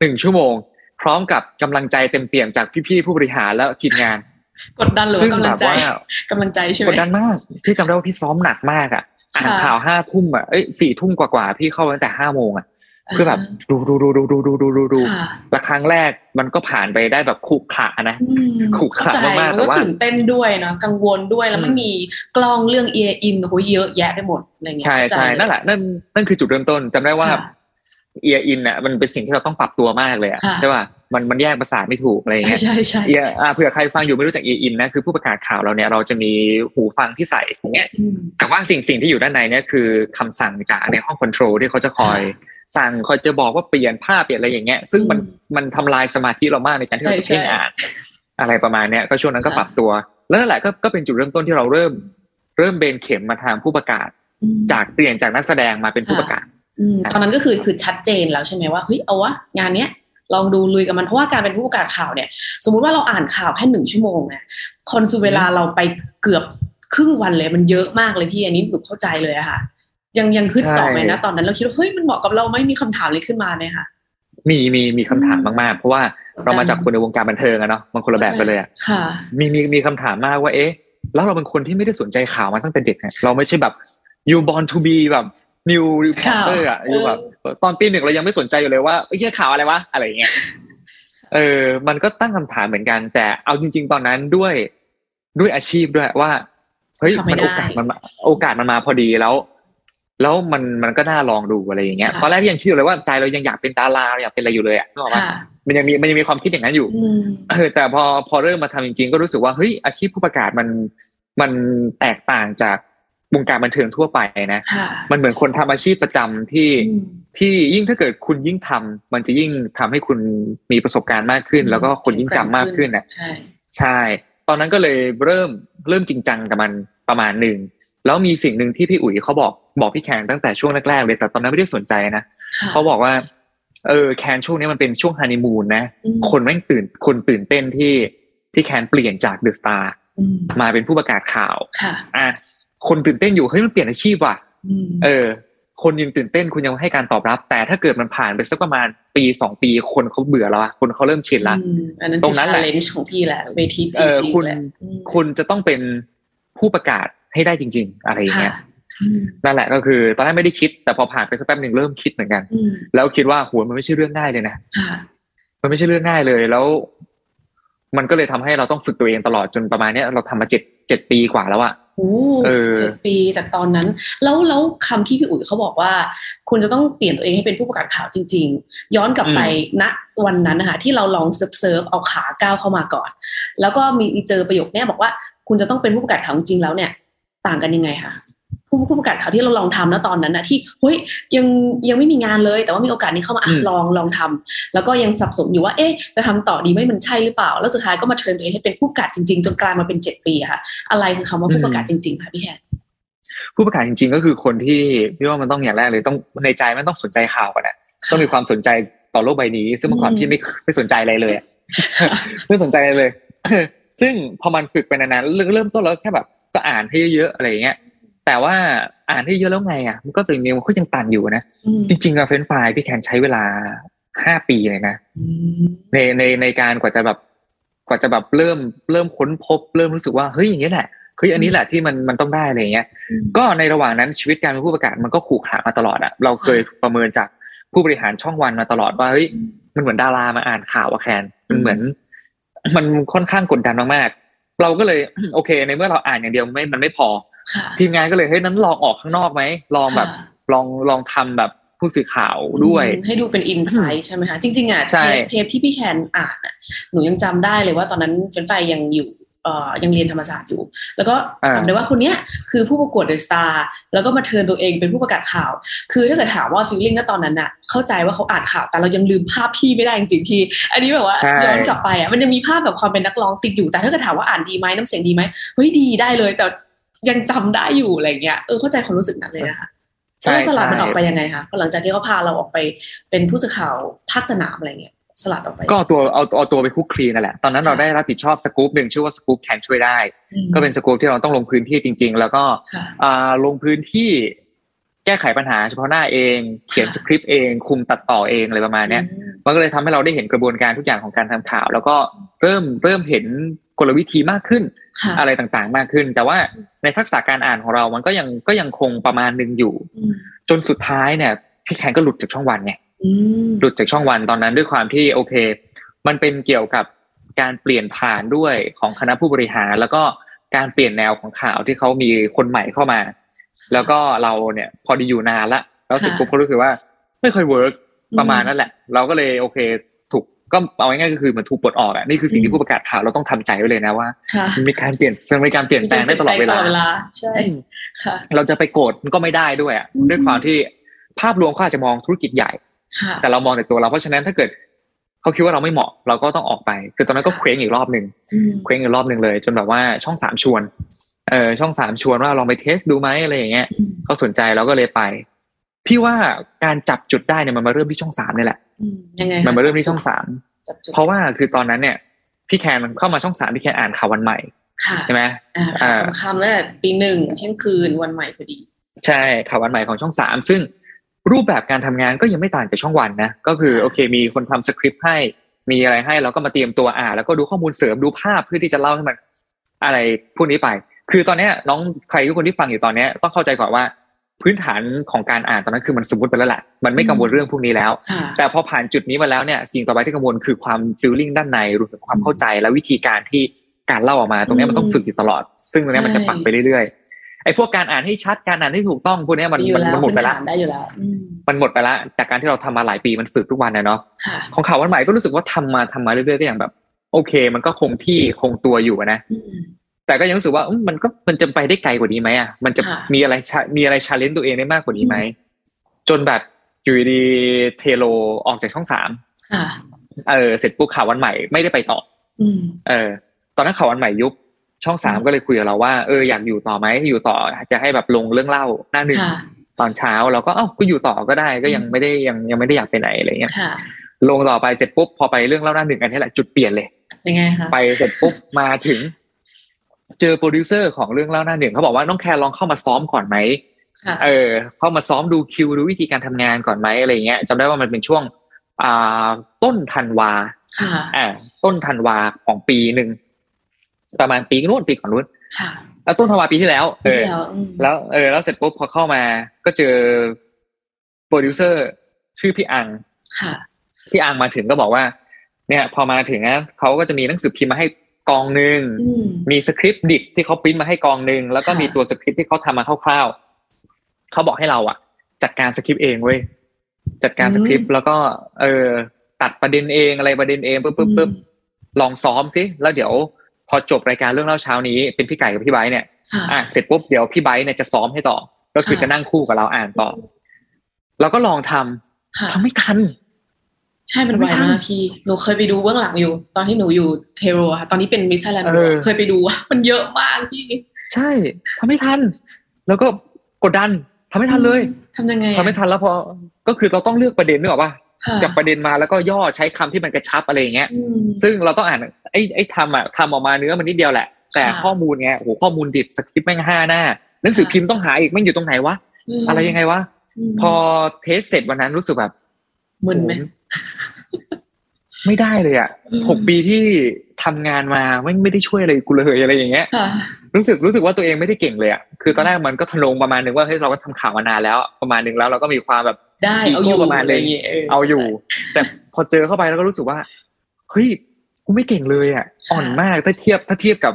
C: หนึ่งชั่วโมง พร้อมกับกำลังใจเต็มเปี่ยมจากพี่ๆผู้บริหารและทีมงาน
B: กดดันหรือ
C: ซึ่ง
B: ว่ากำ
C: แบ
B: ลัง
C: บ
B: ใจ
C: ว่าก
B: ำลังใจใช่ไหม
C: กดดันมาก พี่จำได้ว่าพี่ซ้อมหนักมากอ่ะอ่าน
B: ค่ะ
C: ข่าวห้าทุ่มอ่ะเอ้ยสี่ทุ่มกว่าๆพี่เข้าตั้งแต่ห้าโมงอ่ะคือแบบดูดูดูดูดูดูดูดูดู
B: ค่ะ
C: และครั้งแรกมันก็ผ่านไปได้แบบขรุขระนะ
B: อืม
C: ขรุขระ
B: เข้ใจ
C: มากๆแต่
B: น
C: ว่า
B: ตื่นเต้นด้วยเนาะกังวลด้วยแล้วมัน
C: อืม
B: มีกล้องเรื่องเออินโอ้โหเยอะแยะไปหมดอะไรเงี้ย
C: ใช่ใช่นั่นแหละนั่นนั่นคือจุดเริ่มต้นจำได้ว่า
B: ค่ะ
C: เอียอินอ่ะมันเป็นสิ่งที่เราต้องปรับตัวมากเลยอ่ะ
B: ค่ะ
C: ใช่ป่ะมันมันแยกภาษาไม่ถูกอะไรอย่างเงี้ย
B: ใช่ใช่
C: เอียอ่าเผื่อใครฟังอยู่ไม่รู้จักเออินนะคือผู้ประกาศข่าวเราเนี่ยเราจะมีหูฟังที่ใส่อย่างเงี้ย
B: อืม
C: แต่ว่าสิ่งสิ่งที่อยู่ด้านในเนี่ยคือคำสั่งจากในห้องคอนโทรลที่เขาจะคอย สั่งคอยจะบอกว่าเปลี่ยนผ้าพเปลี่ยนอะไรอย่างเงี้ยซึ่งมัน
B: อืม
C: มันทำลายสมาธิเรามากในการที่เราจะ
B: ใช่
C: เพ่งอ่าน อะไรประมาณเนี้ยก็ช่วงนั้นก็
B: ค่ะ
C: ปรับตัว แล้วนั่นแหละก็ก็เป็นจุดเริ่มต้นที่เราเริ่ม เริ่มเบนเข็มมาทางผู้ประกาศ
B: อืม
C: จากเปลี่ยนจากนักแสดงมาเป็นผู้
B: ค่ะ
C: ประกาศ
B: อืมตอนนั้นก็คือคือชัดเจนแล้วใช่ไหมว่าเฮ้ยเอาวะงานเนี้ยลองดูลุยกับมันเพราะว่าการเป็นผู้ประกาศข่าวเนี่ย สมมุติว่าเราอ่านข่าวแค่หนึ่งชั่วโมงเนี่ยคนสุเวลาเราไปเกือบ ครึ่งวันเลยมันเยอะมากเลยพี่อันนี้หนูเข้าใจเลยอะค่ะ ยังยังขึ้นต่อไหม
C: ใช่
B: นะตอนนั้นเราคิดว่าเฮ้ยมันเหมาะกับเราไหม่มีคำถามอะไรขึ้นมาไหมคะ
C: มีมีมีคำถามมากๆ เพราะว่าเรามา
B: อืม
C: จากคนในวงการบันเทิงอะเนาะมันคนละแบบไปเลยอะ
B: ค่ะ
C: มีมีมีคำถามมากว่าเอ๊ะ แล้วเราเป็นคนที่ไม่ได้สนใจข่าวมาตั้งแต่เด็กนะเราไม่ใช่แบบ you born to be แบบ new reporter อะ
B: ข่าว
C: อยู่แบบตอนปีหนึ่งเรายังไม่สนใจอยู่เลยว่าเอ้ยเหี้ยข่าวอะไรวะอะไรอย่างเงี้ยเออ มันก็ตั้งคำถามเหมือนกัน แต่เอาจริง ๆ ตอนนั้นด้วยด้วยอาชีพด้วยว่าเฮ้ย
B: ทำไม่
C: มัน
B: ได้
C: โอกาสมันมาโอกาสมันมาพอดีแล้ว แล้วมันมันก็น่าลองดูอะไรอย่างเงี้ย
B: ค่ะ
C: ตอนแรกยังคิดอยู่เลยว่าใจเรายังอยากเป็นดาราเราอยากเป็นอะไรอยู่เลยอะนึกออกปะ
B: ค่ะ
C: มันยังมีมันยังมีความคิดอย่างนั้นอยู่
B: อืม
C: เออแต่พอพอเริ่มมาทำจริงๆ ก็รู้สึกว่าเฮ้ยอาชีพผู้ประกาศมันมันแตกต่างจากวงการบันเทิงทั่วไปนะ
B: ค่ะ
C: มันเหมือนคนทำอาชีพประจำที่
B: อืม
C: ที่ยิ่งถ้าเกิดคุณยิ่งทำมันจะยิ่งทำให้คุณมีประสบการณ์มากขึ้น
B: อืม
C: แล้วก็คนยิ่งจำมากขึ้นนะ
B: ใช่
C: ใช่ ตอนนั้นก็เลยเริ่มเริ่มจริงจังกับมันประมาณหนึ่งแล้วมีสิ่งหนึ่งที่พี่อุ๋ยเขาบอกบอกพี่แขงตั้งแต่ช่วงแรกๆเลยแต่ตอนนั้นไม่ได้สนใจนะ
B: ค่ะ
C: เขาบอกว่าเออแคนช่วงนี้มันเป็นช่วงฮันนีมูนนะ
B: อืม
C: คนแม่งตื่นคนตื่นเต้นที่ที่แคนเปลี่ยนจากเดอะสตาร์
B: อืม
C: มาเป็นผู้ประกาศข่าว
B: ค่ะ
C: อ่ะคนตื่นเต้นอยู่เฮ้ยมันเปลี่ยนอาชีพว่ะ
B: อืม
C: เออ คนยังตื่นเต้นคุณยังให้การตอบรับ แต่ถ้าเกิดมันผ่านไปสักประมาณปีสองปีคนเขาเบื่อแล้วอะคนเขาเริ่มชินละ
B: อืมอันนั้น
C: ต
B: เป็
C: ร
B: น
C: งนั้น
B: ชา
C: แหละ
B: เลนจ์ของพี่แหละเวทีจ
C: เออ
B: ริง
C: คุ
B: ๆ
C: ณ
B: แหละอืม
C: คุณจะต้องเป็นผู้ประกาศให้ได้จริง ๆ อะไรอย่าง
B: ค่ะ
C: เงี้ย
B: อืม
C: นั่นแหละก็คือตอนแรกไม่ได้คิด แต่พอผ่านไปสักแป๊บหนึ่งเริ่มคิดเหมือนกัน
B: อืม
C: แล้วคิดว่าโหมันไม่ใช่เรื่องง่ายเลยนะ
B: ค่ะ
C: มันไม่ใช่เรื่องง่ายเลยแล้ว มันก็เลยทำให้เราต้องฝึกตัวเองตลอดจนประมาณเนี้ยเราทำมาเจ็ดเจ็ดปีกว่าแล้วอะ
B: โอ้
C: เออ
B: เจ็ดปีจากตอนนั้น แล้วแล้วคำที่พี่อุ๋ยเขาบอกว่า คุณจะต้องเปลี่ยนตัวเองให้เป็นผู้ประกาศข่าวจริง ๆ ย้อนกลับไปณวันนั้นนะคะที่เราลองเซิร์ฟเซิร์ฟเอาขาก้าวเข้ามาก่อน แล้วก็มีเจอประโยคเนี้ยบอกว่าคุณจะต้องเป็นผู้ประกาศข่าวจริงๆแล้วเนี่ย ต่างกันยังไงคะผู้ผู้ประกาศข่าวที่เราลองทำนะตอนนั้นนะที่เฮ้ยยังยังไม่มีงานเลย แต่ว่ามีโอกาสนี้เข้ามาอ่ะ
C: อืม
B: ลองลองทำแล้วก็ยังสับสนอยู่ว่าเอ๊ะจะทำต่อดีไหมมันใช่หรือเปล่า แล้วสุดท้ายก็มาเทรนตัวเองให้เป็นผู้ประกาศจริง ๆ จนกลายมาเป็นเจ็ดปีอะค่ะ อะไรคือคำว่าผู้ประกาศจริงๆ ค่ะพี่แฮน
C: ผู้ประกาศจริงๆ ก็คือคนที่พี่ว่ามันต้องอย่างแรกเลยต้องในใจมันต้องสนใจข่าวก่อนนะต้องมีความสนใจต่อโลกใบนี้ ซึ่งเมื่อก่อนพี่ไม่ไม่สนใจอะไรเลยอะ ไม่สนใจอะไรเลย ซึ่งพอมันฝึกไปนานๆเริ่มเริ่มต้นแล้วแค่แบบก็อ่านให้เยอะๆอะไรอย่างเงี้ย แต่ว่าอ่านให้เยอะแล้วไงอ่ะมันก็ตัวเองมันก็ยังตันอยู่นะ
B: อืม
C: จริงๆอะเฟรนไฟพี่แคนใช้เวลาห้าปีเลยนะ
B: อืม
C: ในในในการกว่าจะแบบกว่าจะแบบเริ่มเริ่มค้นพบ เริ่มรู้สึกว่าเฮ้ยอย่างนี้ยแหละเฮ้ยอันนี้แหละที่มันมันต้องได้อะไรอย่างเงี้ย ก็ในระหว่างนั้นชีวิตการเป็นผู้ประกาศมันก็ขู่ขลามาตลอดอะเราเคยประเมินจากผู้บริหารช่องวันมาตลอดว่าเฮ้ยมันเหมือนดารามาอ่านข่าวอะแคนมันเหมือน มันค่อนข้างกดดันมากๆเราก็เลย โอเค ในเมื่อเราอ่านอย่างเดียวไม่มันไม่พอ
B: ค่ะ
C: ทีมงานก็เลยเฮ้ยนั้นลองออกข้างนอกไหมลองแบบ
B: ค่ะ
C: ลองลองทำแบบผู้สื่อข่าวด้วย
B: อืมให้ดูเป็นอินไซต์ใช่ไหมคะจริงๆอ่ะ
C: ใช่
B: เทปเทปที่พี่แคนอ่านอ่ะหนูยังจำได้เลยว่าตอนนั้นเฟรนไฟยังอยู่เอ่อยังเรียนธรรมศาสตร์อยู่ แล้วก็จำได้ว่าคนเนี้ยคือผู้ประกวดเดอะสตาร์แล้วก็มาเทิร์นตัวเองเป็นผู้ประกาศข่าว คือถ้าเกิดถามว่าฟีลลิ่งณตอนนั้นน่ะเข้าใจว่าเขาอ่านข่าวแต่เรายังลืมภาพพี่ไม่ได้จริงๆพี่ อันนี้แบบว่า
C: ใช่
B: ย้อนกลับไปอ่ะมันยังมีภาพแบบความเป็นนักร้องติดอยู่แต่ถ้าเกิดถามว่าอ่านดีไหมน้ำเสียงดีไหมเฮ้ยดีได้เลย แต่ยังจำได้อยู่อะไรเงี้ยเออเข้าใจความรู้สึกนั้นเลยนะคะ
C: ใช่
B: แล้วสลัดมันอ
C: ใช่
B: อกไปยังไงคะพอหลังจากที่เขาพาเราออกไปเป็นผู้สื่อข่าวภาคสนามอะไรเงี้ยสลัดออกไป
C: ก็เอาตัวเอาเอาตัวไปคุกคลีนั่นแหละ ตอนนั้นเรา
B: ค่ะ
C: ได้รับผิดชอบสกู๊ปหนึ่งชื่อว่าสกู๊ปแคนช่วยได้
B: อืม
C: ก็เป็นสกู๊ปที่เราต้องลงพื้นที่จริง ๆ แล้วก็
B: ค่ะ
C: อ่าลงพื้นที่แก้ไขปัญหาเฉพาะหน้าเอง เขียน
B: ค่ะ
C: สคริปต์เอง คุมตัดต่อเองอะไรประมาณเนี้ย
B: อืม
C: มันก็เลยทำให้เราได้เห็นกระบวนการทุกอย่างของการทำข่าว แล้วก็เริ่มเริ่มเห็นกลวิธีมากขึ้น
B: ค่ะ
C: อะไรต่างๆ มากขึ้น แต่ว่าในทักษะการอ่านของเรามันก็ยังก็ยังคงประมาณหนึ่งอยู่
B: อืม
C: จนสุดท้ายเนี่ยพี่แคนก็หลุดจากช่องวันไง
B: อืม
C: หลุดจากช่องวันตอนนั้นด้วยความที่โอเค มันเป็นเกี่ยวกับการเปลี่ยนผ่านด้วยของคณะผู้บริหาร แล้วก็การเปลี่ยนแนวของข่าวที่เขามีคนใหม่เข้ามา แล้วก็เราเนี่ยพอดีอยู่นานละแล้วเสร็จปุ๊บก็รู้สึกว่าไม่ค่อยเวิร์กประมาณนั้นแหละ เราก็เลยโอเคถูกก็เอาง่ายๆก็คือเหมันถูกปลดออกอะนี่คือสิ่งที่ผู้ประกาศข่าวเราต้องทำใจไว้เลยนะว่า
B: ค่ะ
C: มันมีการเปลี่ยนมันมีการเปลี่ยนแปลงได้ตลอดเวลา
B: ใช่ค่ะ
C: เราจะไปโกรธมันก็ไม่ได้ด้วยอะ
B: อืม
C: ด้วยความที่ภาพรวมเขาอาจจะมองธุรกิจใหญ่
B: ค่ะ
C: แต่เรามองแต่ตัวเราเพราะฉะนั้นถ้าเกิดเขาคิดว่าเราไม่เหมาะเราก็ต้องออกไป คือตอนนั้นก็เคว้งอีกรอบหนึ่ง
B: อืม
C: เคว้งอีกรอบหนึ่งเลย จนแบบว่าช่องสามชวนเออช่องสามชวนว่าลองไปเทสดูไหมอะไรอย่างเงี้ย
B: อืม
C: ก็สนใจเราก็เลยไป พี่ว่าการจับจุดได้เนี่ยมันมาเริ่มที่ช่องสามเนี่ยแหละ
B: อืมยังไง
C: มันมาเริ่มที่ช่องสาม
B: จับจุด
C: เพราะว่าคือตอนนั้นเนี่ยพี่แคนเข้ามาช่องสามพี่แคนอ่านข่าววันใหม่
B: ค่ะ
C: ใช่ไหม
B: อ่าค่ะ
C: อ่า
B: คำคำแล้วแต่ตีหนึ่งเที่ยงคืนวันใหม่พอดี
C: ใช่ข่าววันใหม่ของช่องสามซึ่งรูปแบบการทำงานก็ยังไม่ต่างจากช่องวันนะก็คือโอเค มีคนทำสคริปต์ให้ มีอะไรให้เราก็มาเตรียมตัวอ่านแล้วก็ดูข้อมูลเสริมดูภาพเพื่อที่จะเล่าให้มันอะไรพวกนี้ไป คือตอนเนี้ยน้องใครทุกคนที่ฟังอยู่ตอนเนี้ยต้องเข้าใจก่อนว่า พื้นฐานของการอ่านตอนนั้นคือมันสมมติไปแล้วแหละมันไม่กังวลเรื่องพวกนี้แล้ว
B: ค่ะ
C: แต่พอผ่านจุดนี้มาแล้วเนี่ยสิ่งต่อไปที่กังวลคือความฟิลลิ่งด้านในรวมถึงความเข้าใจและวิธีการที่การเล่าออกมา ตรงเนี้ยมันต้องฝึกอยู่ตลอด ซึ่งตรงเนี้ยมันจะปรับไปเรื่อยๆไอ้พวกการอ่านให้ชัดการอ่านให้ถูกต้องพวกเนี้ยมัน
B: อยู่
C: มัน
B: แล้ว
C: มันหมดไปละ
B: พื้นฐานได้อยู่แล้วอืม
C: มันหมดไปละจากการที่เราทำมาหลายปีมันฝึกทุกวันนะเนาะ
B: ค่ะ
C: ของข่าววันใหม่ก็รู้สึกว่าทำมาทำมาเรื่อยๆก็อย่างแบบ โอเค มันก็คงที่คงตัวอยู่อะนะ
B: อืม
C: แต่ก็ยังรู้สึกว่าอืมมันก็มันจะไปได้ไกลกว่านี้ไหมอ่ะมันจะ
B: ค่ะ
C: มีอะไรชะมีอะไรชาเลนจ์ตัวเองได้มากกว่านี้ไหมจนแบบอยู่ดีๆเทโลออกจากช่องสาม
B: ค่ะ
C: เออเสร็จปุ๊บข่าววันใหม่ไม่ได้ไปต่อ
B: อืม
C: เออ ตอนนั้นข่าววันใหม่ยุบช่องสามก็เลยคุยกับเราว่าเอออยากอยู่ต่อไหมอยู่ต่อจะให้แบบลงเรื่องเล่าหน้าหนึ่ง
B: ค่ะ
C: ตอนเช้าเราก็เอ้าก็อยู่ต่อก็ได้ก็ยังไม่ได้ยังยังไม่ได้อยากไปไหนอะไรเงี้ย
B: ค่ะ
C: ลงต่อไปเสร็จปุ๊บพอไปเรื่องเล่าหน้าหนึ่งอันนี้แหละจุดเปลี่ยนเลย
B: ยังไงคะ
C: ไปเสร็จปุ๊บมาถึง เจอโปรดิวเซอร์ของเรื่องเล่าหน้าหนึ่งเขาบอกว่าน้องแคร์ลองเข้ามาซ้อมก่อนไหม
B: ค่ะ
C: เออเข้ามาซ้อมดูคิวดูวิธีการทำงานก่อนไหมอะไรเงี้ยจำได้ว่ามันเป็นช่วงอ่าต้นธันวา
B: ค่ะ
C: อ่าต้นธันวาของปีหนึ่งประมาณปีนู้นปีก่อนนู้น
B: ค่ะ
C: แล้วต้นธันวาปีที่แล้วเออ
B: เดี๋ยวอืม
C: แล้วเออแล้วเสร็จปุ๊บพอเข้ามาก็เจอโปรดิวเซอร์ชื่อพี่อัง
B: ค่ะ
C: พี่อังมาถึงก็บอกว่า เนี่ย พอมาถึงนะเขาก็จะมีหนังสือพิมพ์มาให้กองหนึ่ง
B: อืม
C: มีสคริปต์ดิบที่เขาพิมพ์มาให้กองหนึ่งแล้วก็
B: ค่ะ
C: มีตัวสคริปต์ที่เขาทำมาคร่าวๆเขาบอกให้เราอะจัดการสคริปต์เองเว้ยจัดการสคริปต์แล้วก็เออตัดประเด็นเองอะไรประเด็นเองปุ๊บปุ๊บปุ๊บ ลองซ้อมสิแล้วเดี๋ยวพอจบรายการเรื่องเล่าเช้านี้เป็นพี่ไก่กับพี่ไบร์ทเนี่ย
B: ค่ะ
C: อ่ะเสร็จปุ๊บเดี๋ยวพี่ไบร์ทเนี่ยจะซ้อมให้ต่อ ก็คือ
B: ค่ะ
C: จะนั่งคู่กับเราอ่านต่อเราก็ลองทำ
B: ค่ะ
C: ทำไม่ทัน
B: ใช่มันไวมากพี่ หนูเคยไปดูเบื้องหลังอยู่ ตอนที่หนูอยู่เทโรอะค่ะตอนนี้เป็นมิสไซแลนด์
C: เออ
B: เคยไปดูอะ มันเยอะมากพี่
C: ใช่ทำไม่ทัน แล้วก็กดดันทำไม่ทันเลย
B: ทำยังไงอะ
C: ทำไม่ทันแล้วพอก็คือเราต้องเลือกประเด็นนึกออกป่ะ
B: ค่ะ
C: จับประเด็นมาแล้วก็ย่อใช้คำที่มันกระชับอะไรอย่างเงี้ย
B: อืม
C: ซึ่งเราต้องอ่านไอ้ไอ้ทำอ่ะทำออกมาเนื้อมันนิดเดียวแหละ แต่
B: ค่ะ
C: ข้อมูลไงโอ้โหข้อมูลดิบสคริปต์แม่งห้าหน้าหนังสือพิมพ์ต้องหาอีกแม่งอยู่ตรงไหนวะ
B: ม
C: อะไรยังไงวะ
B: ม
C: พอเทสเสร็จวันนั้นรู้สึกแบบ
B: มึนไหม
C: โอ้โไม่ได้เลยอะ
B: อืม
C: หกปีที่ทำงานมาไม่งไม่ได้ช่วยอะไรกูเลยอะไรอย่างเงี้ย
B: ค่ะ
C: รู้สึกรู้สึกว่าตัวเองไม่ได้เก่งเลยอะคือตอนแรกมันก็ทะนงประมาณนึงว่าเฮ้ยเราก็ทำข่าวมานานแล้วประมาณนึงแล้วเราก็มีความแบบ
B: ได้
C: อี
B: เอา
C: โก้
B: อยู่
C: ประมาณนึ
B: ะ
C: ง
B: ไย่งงี้ย
C: เอาอยู่ แต่พอเจอเข้าไปแล้วก็รู้สึกว่าเฮ้ยกูไม่เก่งเลยอะอ่อนมากถ้าเทียบถ้าเทียบกับ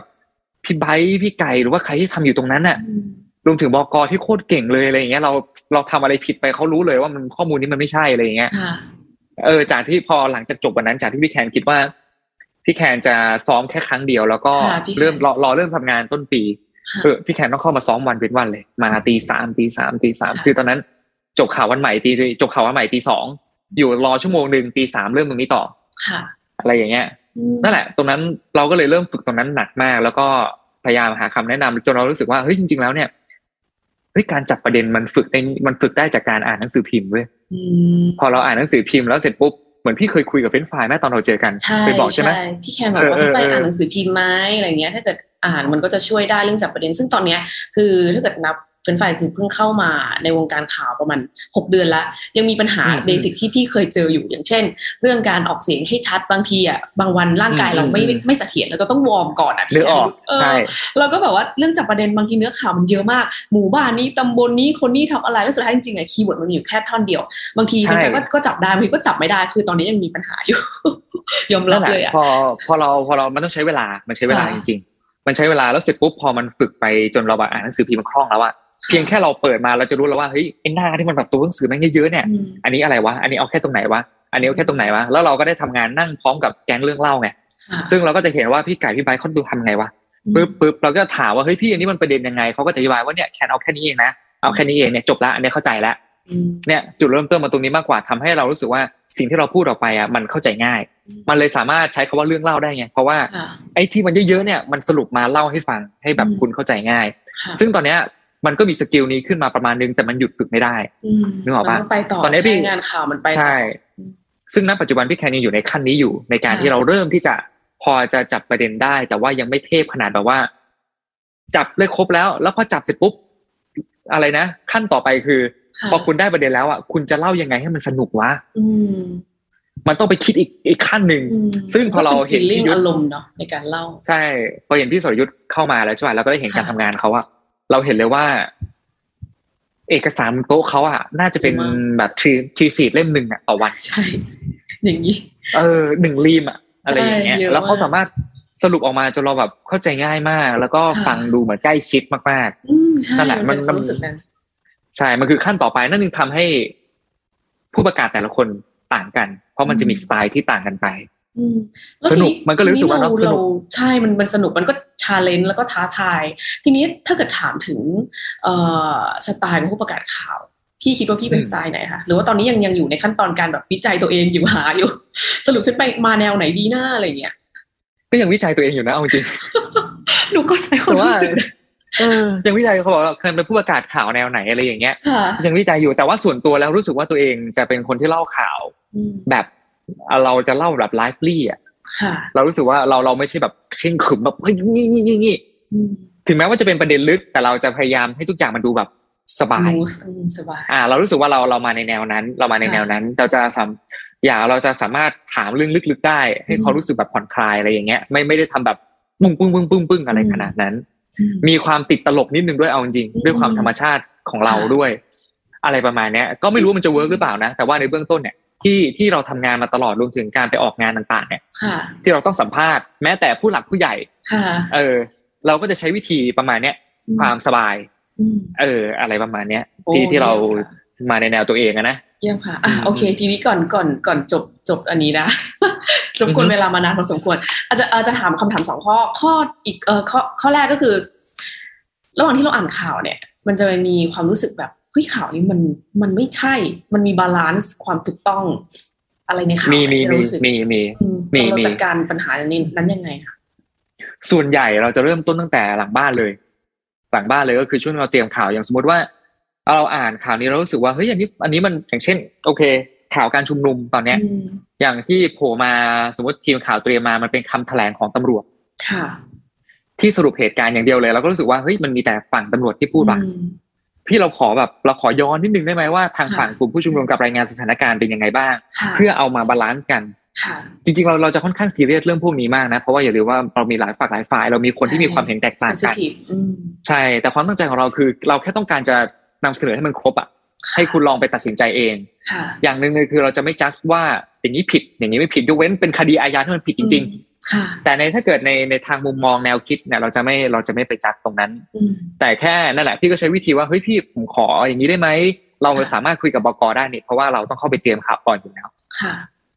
C: พี่ไบร์ทพี่ไก่หรือว่าใครที่ทำอยู่ตรงนั้นอะ
B: อืม
C: รวมถึงบกที่โคตรเก่งเลยอะไรอย่างเงี้ยเราเราทำอะไรผิดไปเขารู้เลยว่ามันข้อมูลนี้มันไม่ใช่อะไรอย่างเงี้ย
B: ค่ะ
C: เออจากที่พอหลังจากจบวันนั้นจากที่พี่แคนคิดว่าพี่แคนจะซ้อมแค่ครั้งเดียว แล้วก็
B: ค่ะพี่แคน
C: เริ่มรอรอเริ่มทำงานต้นปี
B: ค่ะ
C: เออพี่แคนต้องเข้ามาซ้อมวันเป็นวันเลย มาตีสามตีสามตีสามคือตอนนั้น จบข่าววันใหม่ตีจบข่าววันใหม่ตีสองอยู่รอชั่วโมงหนึ่งตีสามเริ่มตรงนี้ต่อ
B: ค่ะ
C: อะไรอย่างเงี้ย
B: อืม
C: นั่นแหละ ตรงนั้นเราก็เลยเริ่มฝึกตรงนั้นหนักมาก แล้วก็พยายามหาคำแนะนำจนเรารู้สึกว่าเฮ้ยจริง ๆ แล้วเนี่ยเฮ้ยการจับประเด็นมันฝึกได้มันฝึกได้จากการอ่านหนังสือพิมพ์เว้ย
B: อืม
C: พอเราอ่านหนังสือพิมพ์แล้วเสร็จปุ๊บเหมือนพี่เคยคุยกับเฟรนช์ไฟล์แม่ตอนเราเจอกัน
B: ใช่
C: เคยบอกใช่ไหม
B: พี่แคนบอกว่า
C: เออ
B: พี่ไฟ
C: เออเอออ่
B: อ่านหนังสือพิมพ์ไหมอะไรเงี้ย ถ้าเกิดอ่านมันก็จะช่วยได้เรื่องจับประเด็น ซึ่งตอนเนี้ยคือถ้าเกิดนับเป็นฝ่ายคือเพิ่งเข้ามาในวงการข่าวประมาณหกเดือนละยังมีปัญหา
C: อืม
B: เบสิกที่พี่เคยเจออยู่อย่างเช่น เรื่องการออกเสียงให้ชัดบางทีอ่ะบางวันร่างกายเราไม่
C: อืมอืม
B: ไม่เสถียรเราจะต้องวอร์มก่อนอ่ะ
C: นึกออก
B: เออ
C: ใช่
B: เราก็แบบว่าเรื่องจับประเด็นบางทีเนื้อข่าวมันเยอะมาก หมู่บ้านนี้ตำบลนี้คนนี้ทำอะไรแล้วสุดท้ายจริงๆอะคีย์เวิร์ดมันมีอยู่แค่ท่อนเดียว บางที
C: ใช่
B: จริงๆก็ก็จับได้บางทีก็จับไม่ได้คือตอนนี้ยังมีปัญหาอยู่ ยอมรั
C: นั่
B: บ
C: นแหละ
B: เลยอ่ะ
C: พอพอเราพอเรามันต้องใช้เวลามันใช้เวลา
B: ค่ะ
C: จริง ๆ มันใช้เวลาแล้วเสร็จปุ๊บพอมันฝึกไปจนเราแบบอ่านหนังสือพิมพ์มันคล่องแล้วอะเพียงแค่เราเปิดมาเราจะรู้แล้วว่าเฮ้ยไอ้หน้าที่มันแบบตัวหนังสือแม่งเยอะๆเนี่ย
B: อืม
C: อันนี้อะไรวะ อันนี้เอาแค่ตรงไหนวะ อันนี้เอาแค่ตรงไหนวะ แล้วเราก็ได้ทำงานนั่งพร้อมกับแก๊งเรื่องเล่าไง
B: ค่ะ
C: ซึ่งเราก็จะเห็นว่าพี่ไก่พี่ไบค์เขาดูทำไงวะ ปึ๊บปึ๊บเราก็ถามว่าเฮ้ยพี่อันนี้มันประเด็นยังไง เขาก็จะอธิบายว่าเนี่ยแคนเอาแค่นี้เองนะ เอาแค่นี้เองเนี่ยจบละ อันนี้เข้าใจละ
B: อืม
C: เนี่ยจุดเริ่มต้นมาตรงนี้มากกว่าทำให้เรารู้สึกว่าสิ่งที่เราพูดออกไปอ่ะมันเข้าใจง่าย มันเลยสามารถใช้คำว่าเรื่องเล่าได้ไง เพราะว่า
B: ค่ะ
C: ไอ้ที่มันเยอะๆเนี่ยมันสรุปมาเล่าให้ฟังให้แบบ
B: อืม
C: คุณเข้าใจง่าย
B: ค่ะ
C: ซึ่งตอนเนี้ยมันก็มีสกิลนี้ขึ้นมาประมาณนึงแต่มันหยุดฝึกไม่ได้
B: อืม
C: นึกออกปะ
B: มัไปต่อ
C: ตอนนี้พี่
B: งานข่าวมันไปต่อ
C: ใช่ ซึ่งณปัจจุบันพี่แคนยังอยู่ในขั้นนี้อยู่ในการ
B: ค่ะ
C: ที่เราเริ่มที่จะ พอจะจับประเด็นได้ แต่ว่ายังไม่เทพขนาดแบบว่า จับเลยครบแล้ว แล้วพอจับเสร็จปุ๊บอะไรนะขั้นต่อไปคือ
B: ค่ะ
C: พอคุณได้ประเด็นแล้วอ่ะคุณจะเล่ายังไงให้มันสนุกวะ
B: อืม
C: มันต้องไปคิดอีกอีกขั้นหนึ่ง
B: อืม
C: ซึ่งพอเราเห็น
B: ก็ป็ feeling
C: พี่ยุทธ
B: อารมณ์เนาะในการเล่า
C: ใช่พอเห็นพี่สรยุทธ์เข้ามาแล้วใช่ป่ะเราก็ได้เห็นการ
B: ค่ะ
C: ทำงานเขาอะเราเห็นเลยว่า เอกสารบนโต๊ะเขาอะน่าจะเป็นแบบทรีทรีสีเล่มหนึ่งอะต่อวัน
B: ใช่ อย่างนี้
C: เออหนึ่งรีมอะอะไรอย่างเงี้ย
B: ได้เยอะ
C: แล้ว
B: มา
C: เขา
B: ก
C: สามารถสรุปออกมาจนเราแบบเข้าใจง่ายมาก แล้วก็
B: ค่ะ
C: ฟังดูเหมือนใกล้ชิดมาก
B: อืมใช่
C: นั่นแหละ
B: มันเป็นค
C: มัน
B: วามรู้สึกนั้น
C: ๆ ใช่ มันคือขั้นต่อไปนั่นจึงทำให้ ผู้ประกาศแต่ละคนต่างกัน เพราะมันจะมีสไตล์ที่ต่างกันไป
B: อืมแล้ว
C: สนุก
B: ที
C: มันก็รู้สึกว่า
B: ที
C: เนอะสนุก
B: ใช่มันมันสนุกมันก็ชาเลนจ์แล้วก็ท้าทาย ทีนี้ถ้าเกิดถามถึงเอ่อสไตล์ของผู้ประกาศข่าว พี่คิดว่าพี่เป็นสไตล์ไหนคะหรือว่าตอนนี้ยังยังอยู่ในขั้นตอนการแบบวิจัยตัวเองอยู่ห าอยู่ สรุปฉันไปมาแนวไหนดีหน้าอะไรเงี้ย
C: ก็ยังวิจัยตัวเองอยู่นะเอาจริง
B: หนูก็ใช้ความ
C: แต่ว่า
B: รู้สึกนะ
C: เออยังวิจัยเขาบอกว่าเคยเป็นผู้ประกาศข่าวแนวไหนอะไรอย่างเงี้ย
B: ค่ะ
C: ยังวิจัยอยู่แต่ว่าส่วนตัวแล้วรู้สึกว่าตัวเองจะเป็นคนที่เล่าข่าว
B: อืม
C: แบบเราจะเล่าแบบไลฟ์ลี่อ่ะ
B: ค่ะ
C: เรารู้สึกว่าเราเราไม่ใช่แบบเคร่งขรึมแบบเฮ้ยนี่นี่นี่นี่
B: อืม
C: ถึงแม้ว่าจะเป็นประเด็นลึก แต่เราจะพยายามให้ทุกอย่างมันดูแบบสบาย
B: มูทอืมสบาย
C: อ่า เรารู้สึกว่าเราเรามาในแนวนั้น เรามาในแนวนั้น เราจะสามอย่าเราจะสามารถถามเรื่องลึกๆได้ ให้
B: อืม
C: เขารู้สึกแบบผ่อนคลายอะไรอย่างเงี้ยไม่ไม่ได้ทำแบบปึ้งปึ้งปึ้งปึ้งปึ้งอะไร
B: อืม
C: ขนาดนั้น
B: อืม
C: มีความติดตลกนิดนึงด้วยเอาจริง
B: อืม
C: ๆด้วยความธรรมชาติของเรา
B: ค่ะ
C: ด้วย อะไรประมาณเนี้ย ก็ไม่รู้ว่ามันจะเวิร์กหรือเปล่านะ แต่ว่าในเบื้องต้นเนี่ยที่ที่เราทำงานมาตลอดรวมถึงการไปออกงานต่าง ๆ เนี่ย
B: ค่ะ
C: ที่เราต้องสัมภาษณ์แม้แต่ผู้หลักผู้ใหญ่
B: ค่ะ
C: เออ เราก็จะใช้วิธีประมาณเนี้ยความสบาย
B: อืม
C: เออ อะไรประมาณเนี้ย
B: โอ้
C: ที่ที่เรา
B: เยี่ยมค่ะ
C: มาในแนวตัวเองอะนะ
B: เยี่ยมค่ะ อ่ะ
C: อืม
B: โอเค ทีนี้ก่อน ก่อน ก่อนจบ จบอันนี้นะ รบกว
C: อือน ฮึ
B: เวลามานานพอสมควร อาจจะอาจจะถามคำถามสองข้อ ข้ออีก เออข้อ ข้อแรกก็คือ ระหว่างที่เราอ่านข่าวเนี่ย มันจะมีความรู้สึกแบบ เฮ้ย ข่าวนี้มัน มันไม่ใช่ มันมีบาลานซ์ความถูกต้อง อะไรในข่าว
C: มีมี
B: ที่เรา
C: มี
B: รู้สึก
C: มีมี
B: อืม
C: มี
B: เรา
C: มี
B: จัดการปัญหาอันนี้นั้นยังไงคะ
C: ส่วนใหญ่เราจะเริ่มต้นตั้งแต่หลังบ้านเลย หลังบ้านเลยก็คือช่วงเราเตรียมข่าวอย่างสมมติว่า เราอ่านข่าวนี้เรารู้สึกว่าเฮ้ยอันนี้ อันนี้มันอย่างเช่น โอเค ข่าวการชุมนุมตอนเนี้ย
B: อืม
C: อย่างที่โผล่มาสมมติทีมข่าวเตรียมมามันเป็นคำแถลงของตำรวจ
B: ค่ะ
C: ที่สรุปเหตุการณ์อย่างเดียวเลย เราก็รู้สึกว่าเฮ้ยมันมีแต่ฝั่งตำรวจที่พูดว่ะ
B: อืม
C: พี่เราขอแบบเราขอย้อนนิดนึงได้ไหมว่าทาง
B: ค่ะ
C: ฝั่งกลุ่มผู้ชุมนุมกับรายงานสถานการณ์เป็นยังไงบ้าง
B: ค่ะ
C: เพื่อเอามาบาลานซ์กัน
B: ค่ะ
C: จริงๆเราเราจะค่อนข้างซีเรียสเรื่องพวกนี้มากนะเพราะว่าอย่าลืมว่าเรามีหลายฝักหลายฝ่ายเรามีคนที่มีความเห็นแตกต่างกัน
B: sensitive อืม
C: ใช่ แต่ความตั้งใจของเราคือ เราแค่ต้องการจะนำเสนอให้มันครบอ่ะ
B: ะ
C: ให้คุณลองไปตัดสินใจเอง
B: ค่ะ
C: อย่างหนึ่งเลยคือเราจะไม่จัดว่าอย่างนี้ผิดอย่างนี้ไม่ผิดยกเว้นเป็นคดีอาญาที่มันผิดจริง ๆ
B: อืมค่ะ
C: แต่ในถ้าเกิดในในทางมุมมองแนวคิดเนี่ยเราจะไม่เราจะไม่ไปจัดตรงนั้น
B: อืม
C: แต่แค่นั่นแหละพี่ก็ใช้วิธีว่าเฮ้ยพี่ผมขออย่างนี้ได้ไหมเรา
B: ค่ะ
C: สามารถคุยกับบกได้นี่เพราะว่าเราต้องเข้าไปเตรียมข่าวก่อนอยู่แล้ว
B: ค่ะ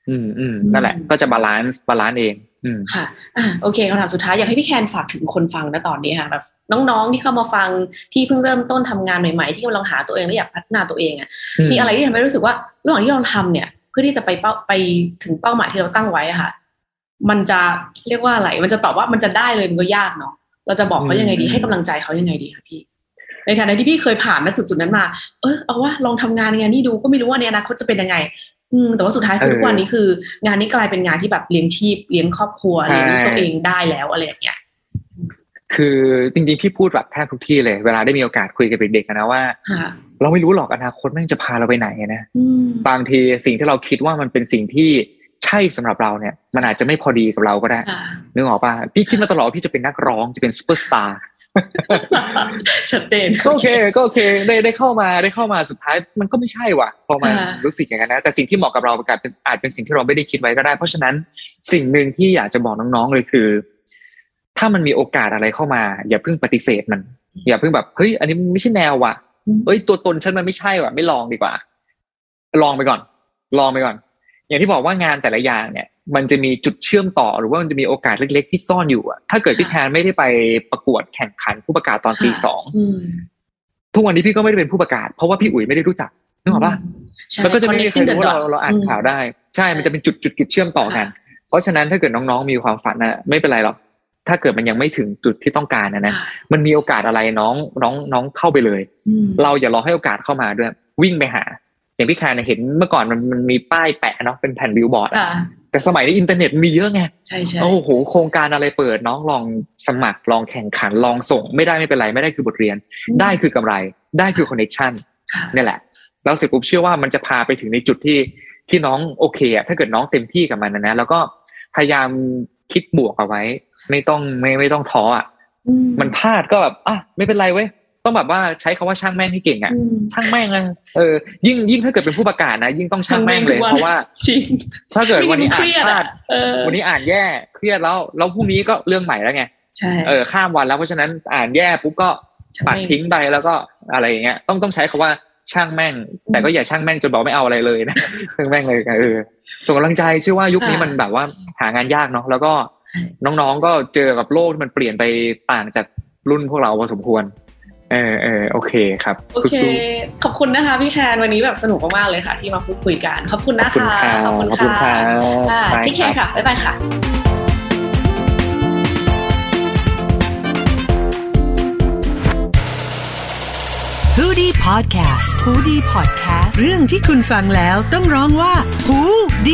C: อืมอืม
B: อืม
C: นั่นแหละก็จะบาลานซ์บาลานซ์เอง อืม
B: ค่ะ อ่า โอเคคำถามสุดท้าย อยากให้พี่แคนฝากถึงคนฟังนะตอนนี้ค่ะแบบน้องๆที่เข้ามาฟังที่เพิ่งเริ่มต้นทำงานใหม่ๆ ที่กำลังหาตัวเองและอยากพัฒนาตัวเองอ่ะ มีอะไรที่ทำให้รู้สึกว่าระหว่างที่เราทำเนี่ย เพื่อที่จะไปเป้าไปถึงเป้าหมายที่เราตั้งไว้อะค่ะ มันจะเรียกว่าอะไร มันจะตอบว่ามันจะได้เลยมันก็ยากเนาะ เราจะบอกเขายังไงดี
C: อืม
B: ให้กำลังใจเขายังไงดีคะพี่ ในฐานะที่พี่เคยผ่านณจุดจุดๆนั้นมา เออเอาว่าลองทำงานงานนี้ดูก็ไม่รู้ว่าในอนาคตจะเป็นยังไง อืมแต่ว่าสุดท้ายคือ
C: เออ
B: ทุกวันนี้คือ งานนี้กลายเป็นงานที่แบบเลี้ยงชีพเลี้ยงครอบครัว
C: ใช่
B: เลี้ยงตัวเองได้แล้วอะไรอย่างเงี้ย
C: คือจริงๆพี่พูดแบบแทบทุกที่เลย เวลาได้มีโอกาสคุยกับเด็กๆอะนะว่า
B: ค่ะ
C: เราไม่รู้หรอกอนาคตแม่งจะพาเราไปไหนอะนะ
B: อืม
C: บางทีสิ่งที่เราคิดว่ามันเป็นสิ่งที่ใช่สำหรับเราเนี่ย มันอาจจะไม่พอดีกับเราก็ได้
B: ค่ะ
C: นึกออกปะพี่คิดมาตลอดว่าพี่จะเป็นนักร้องจะเป็นซูเปอร์สตาร์
B: ชัดเจน
C: ก็โอเคก็โอเคได้ได้เข้ามาได้เข้ามาสุดท้ายมันก็ไม่ใช่ว่ะพอมา
B: อ่า
C: รู้สึกอย่างนั้นนะแต่สิ่งที่เหมาะกับเราประกาศเป็นอาจเป็นสิ่งที่เราไม่ได้คิดไว้ก็ได้ เพราะฉะนั้นสิ่งหนึ่งที่อยากจะบอกน้องๆเลยคือ ถ้ามันมีโอกาสอะไรเข้ามา อย่าเพิ่งปฏิเสธมัน อย่าเพิ่งแบบเฮ้ยอันนี้มันไม่ใช่แนวว่ะเอ้ยตัวตนฉันมันไม่ใช่ว่ะไม่ลองดีกว่า ลองไปก่อน ลองไปก่อน อย่างที่บอกว่างานแต่ละอย่างเนี่ย มันจะมีจุดเชื่อมต่อหรือว่ามันจะมีโอกาสเล็ก ๆ ที่ซ่อนอยู่อะถ้าเกิดพี่แทนไม่ได้ไปประกวดแข่งขันผู้ประกาศตอนตีสอง
B: อืม
C: ทุกวันนี้พี่ก็ไม่ได้เป็นผู้ประกาศเพราะว่าพี่อุ๋ยไม่ได้รู้จักนึกออกปะ
B: ใช่
C: แล้วก็จะไม่มีใคร
B: connecting the
C: รู้ว่า
B: dots
C: เราเราอ่านข่าวได้ ใช่ มันจะเป็นจุดจุดจุดเชื่อมต่อกัน เพราะฉะนั้นถ้าเกิดน้องๆมีความฝันนะไม่เป็นไรหรอกถ้าเกิดมันยังไม่ถึงจุดที่ต้องการนะนะ
B: ค่ะ
C: มันมีโอกาสอะไรน้องน้องน้องเข้าไปเลย
B: อืม
C: เราอย่ารอให้โอกาสเข้ามาด้วยวิ่งไปหา อย่างพี่แคานะเห็นเมื่อก่อนมันมันมีป้ายแปะเนาะเป็นแผ่นบิลบอร์ดอะ
B: ค่ะ
C: แต่สมัยนี้อินเทอร์เน็ตมีเยอะไง
B: ใช่ใช่
C: โอ้โหโครงการอะไรเปิดน้องลองสมัครลองแข่งขันลองส่ง ไม่ได้ไม่เป็นไรไม่ได้คือบทเรียน ได้คือกำไรได้คือคอนเน t ชัน
B: ค่ะ
C: นี่แหละ แล้วเสร็จปุ๊บเชื่อว่ามันจะพาไปถึงในจุดที่ที่น้องโอเคอะถ้าเกิดน้องเต็มที่กับมันนะนะแล้วก็พยายามคิดบวกเอาไว้ ไม่ต้องไม่ไม่ต้องท้ออ่ะ
B: อื
C: มันพลาดก็แบบอ่ะไม่เป็นไรเว้ยต้องแบบว่าใช้คำว่าช่างแม่งให้เก่งอ่ะ
B: อืม
C: ช่างแม่งอะเออยิ่งยิ่งถ้าเกิดเป็นผู้ประกาศนะ ยิ่งต้องช่างแม่งเลยเพราะว่า
B: จริง
C: ถ้าเกิดวันนี้อ่าน
B: ไม่งั้
C: พ
B: มัเค
C: ลา
B: รียดอะ
C: ด
B: เออ
C: วันนี้อ่านแย่เครียดแล้วแล้วพรุ่งนี้ก็เรื่องใหม่แล้วไง
B: ใช่
C: เออข้ามวันแล้วเพราะฉะนั้นอ่านแย่ปุ๊บก็
B: ใช่
C: ปัดทิ้งไปแล้วก็อะไรอย่างเงี้ยต้องต้องใช้คำว่าช่างแม่ง
B: อืม
C: แต่ก็อย่าช่างแม่งจนบอกไม่เอาอะไรเลยนะ ช่างแม่งเลยเออส่งกำลังใจเชื่อว่ายุคนี้
B: ค่ะ
C: มันแบบว่าหางานยากเนาะแล้วก็
B: ใช่
C: น้องๆก็เจอกับโลกที่มันเปลี่ยนไปต่างจากรุ่นพวกเราพอสมควร เออเออโอเคครับ
B: โอเค
C: สู้
B: ขอบคุณนะคะพี่แคนวันนี้แบบสนุกมากๆเลยค่ะ ที่มาพูดคุยกันขอบคุณ
C: ๆขอ
B: นะ
C: บคุณ
B: คะ
C: ค่ะขอบคุณค่ะบาย
B: ที่แคน
C: รับ
B: ค่ะบ๊ายบายค่ะ
D: ฮูดี้พอดแคสต์ฮูดี้พอดแคสต์เรื่องที่คุณฟังแล้วต้องร้องว่าฮูดี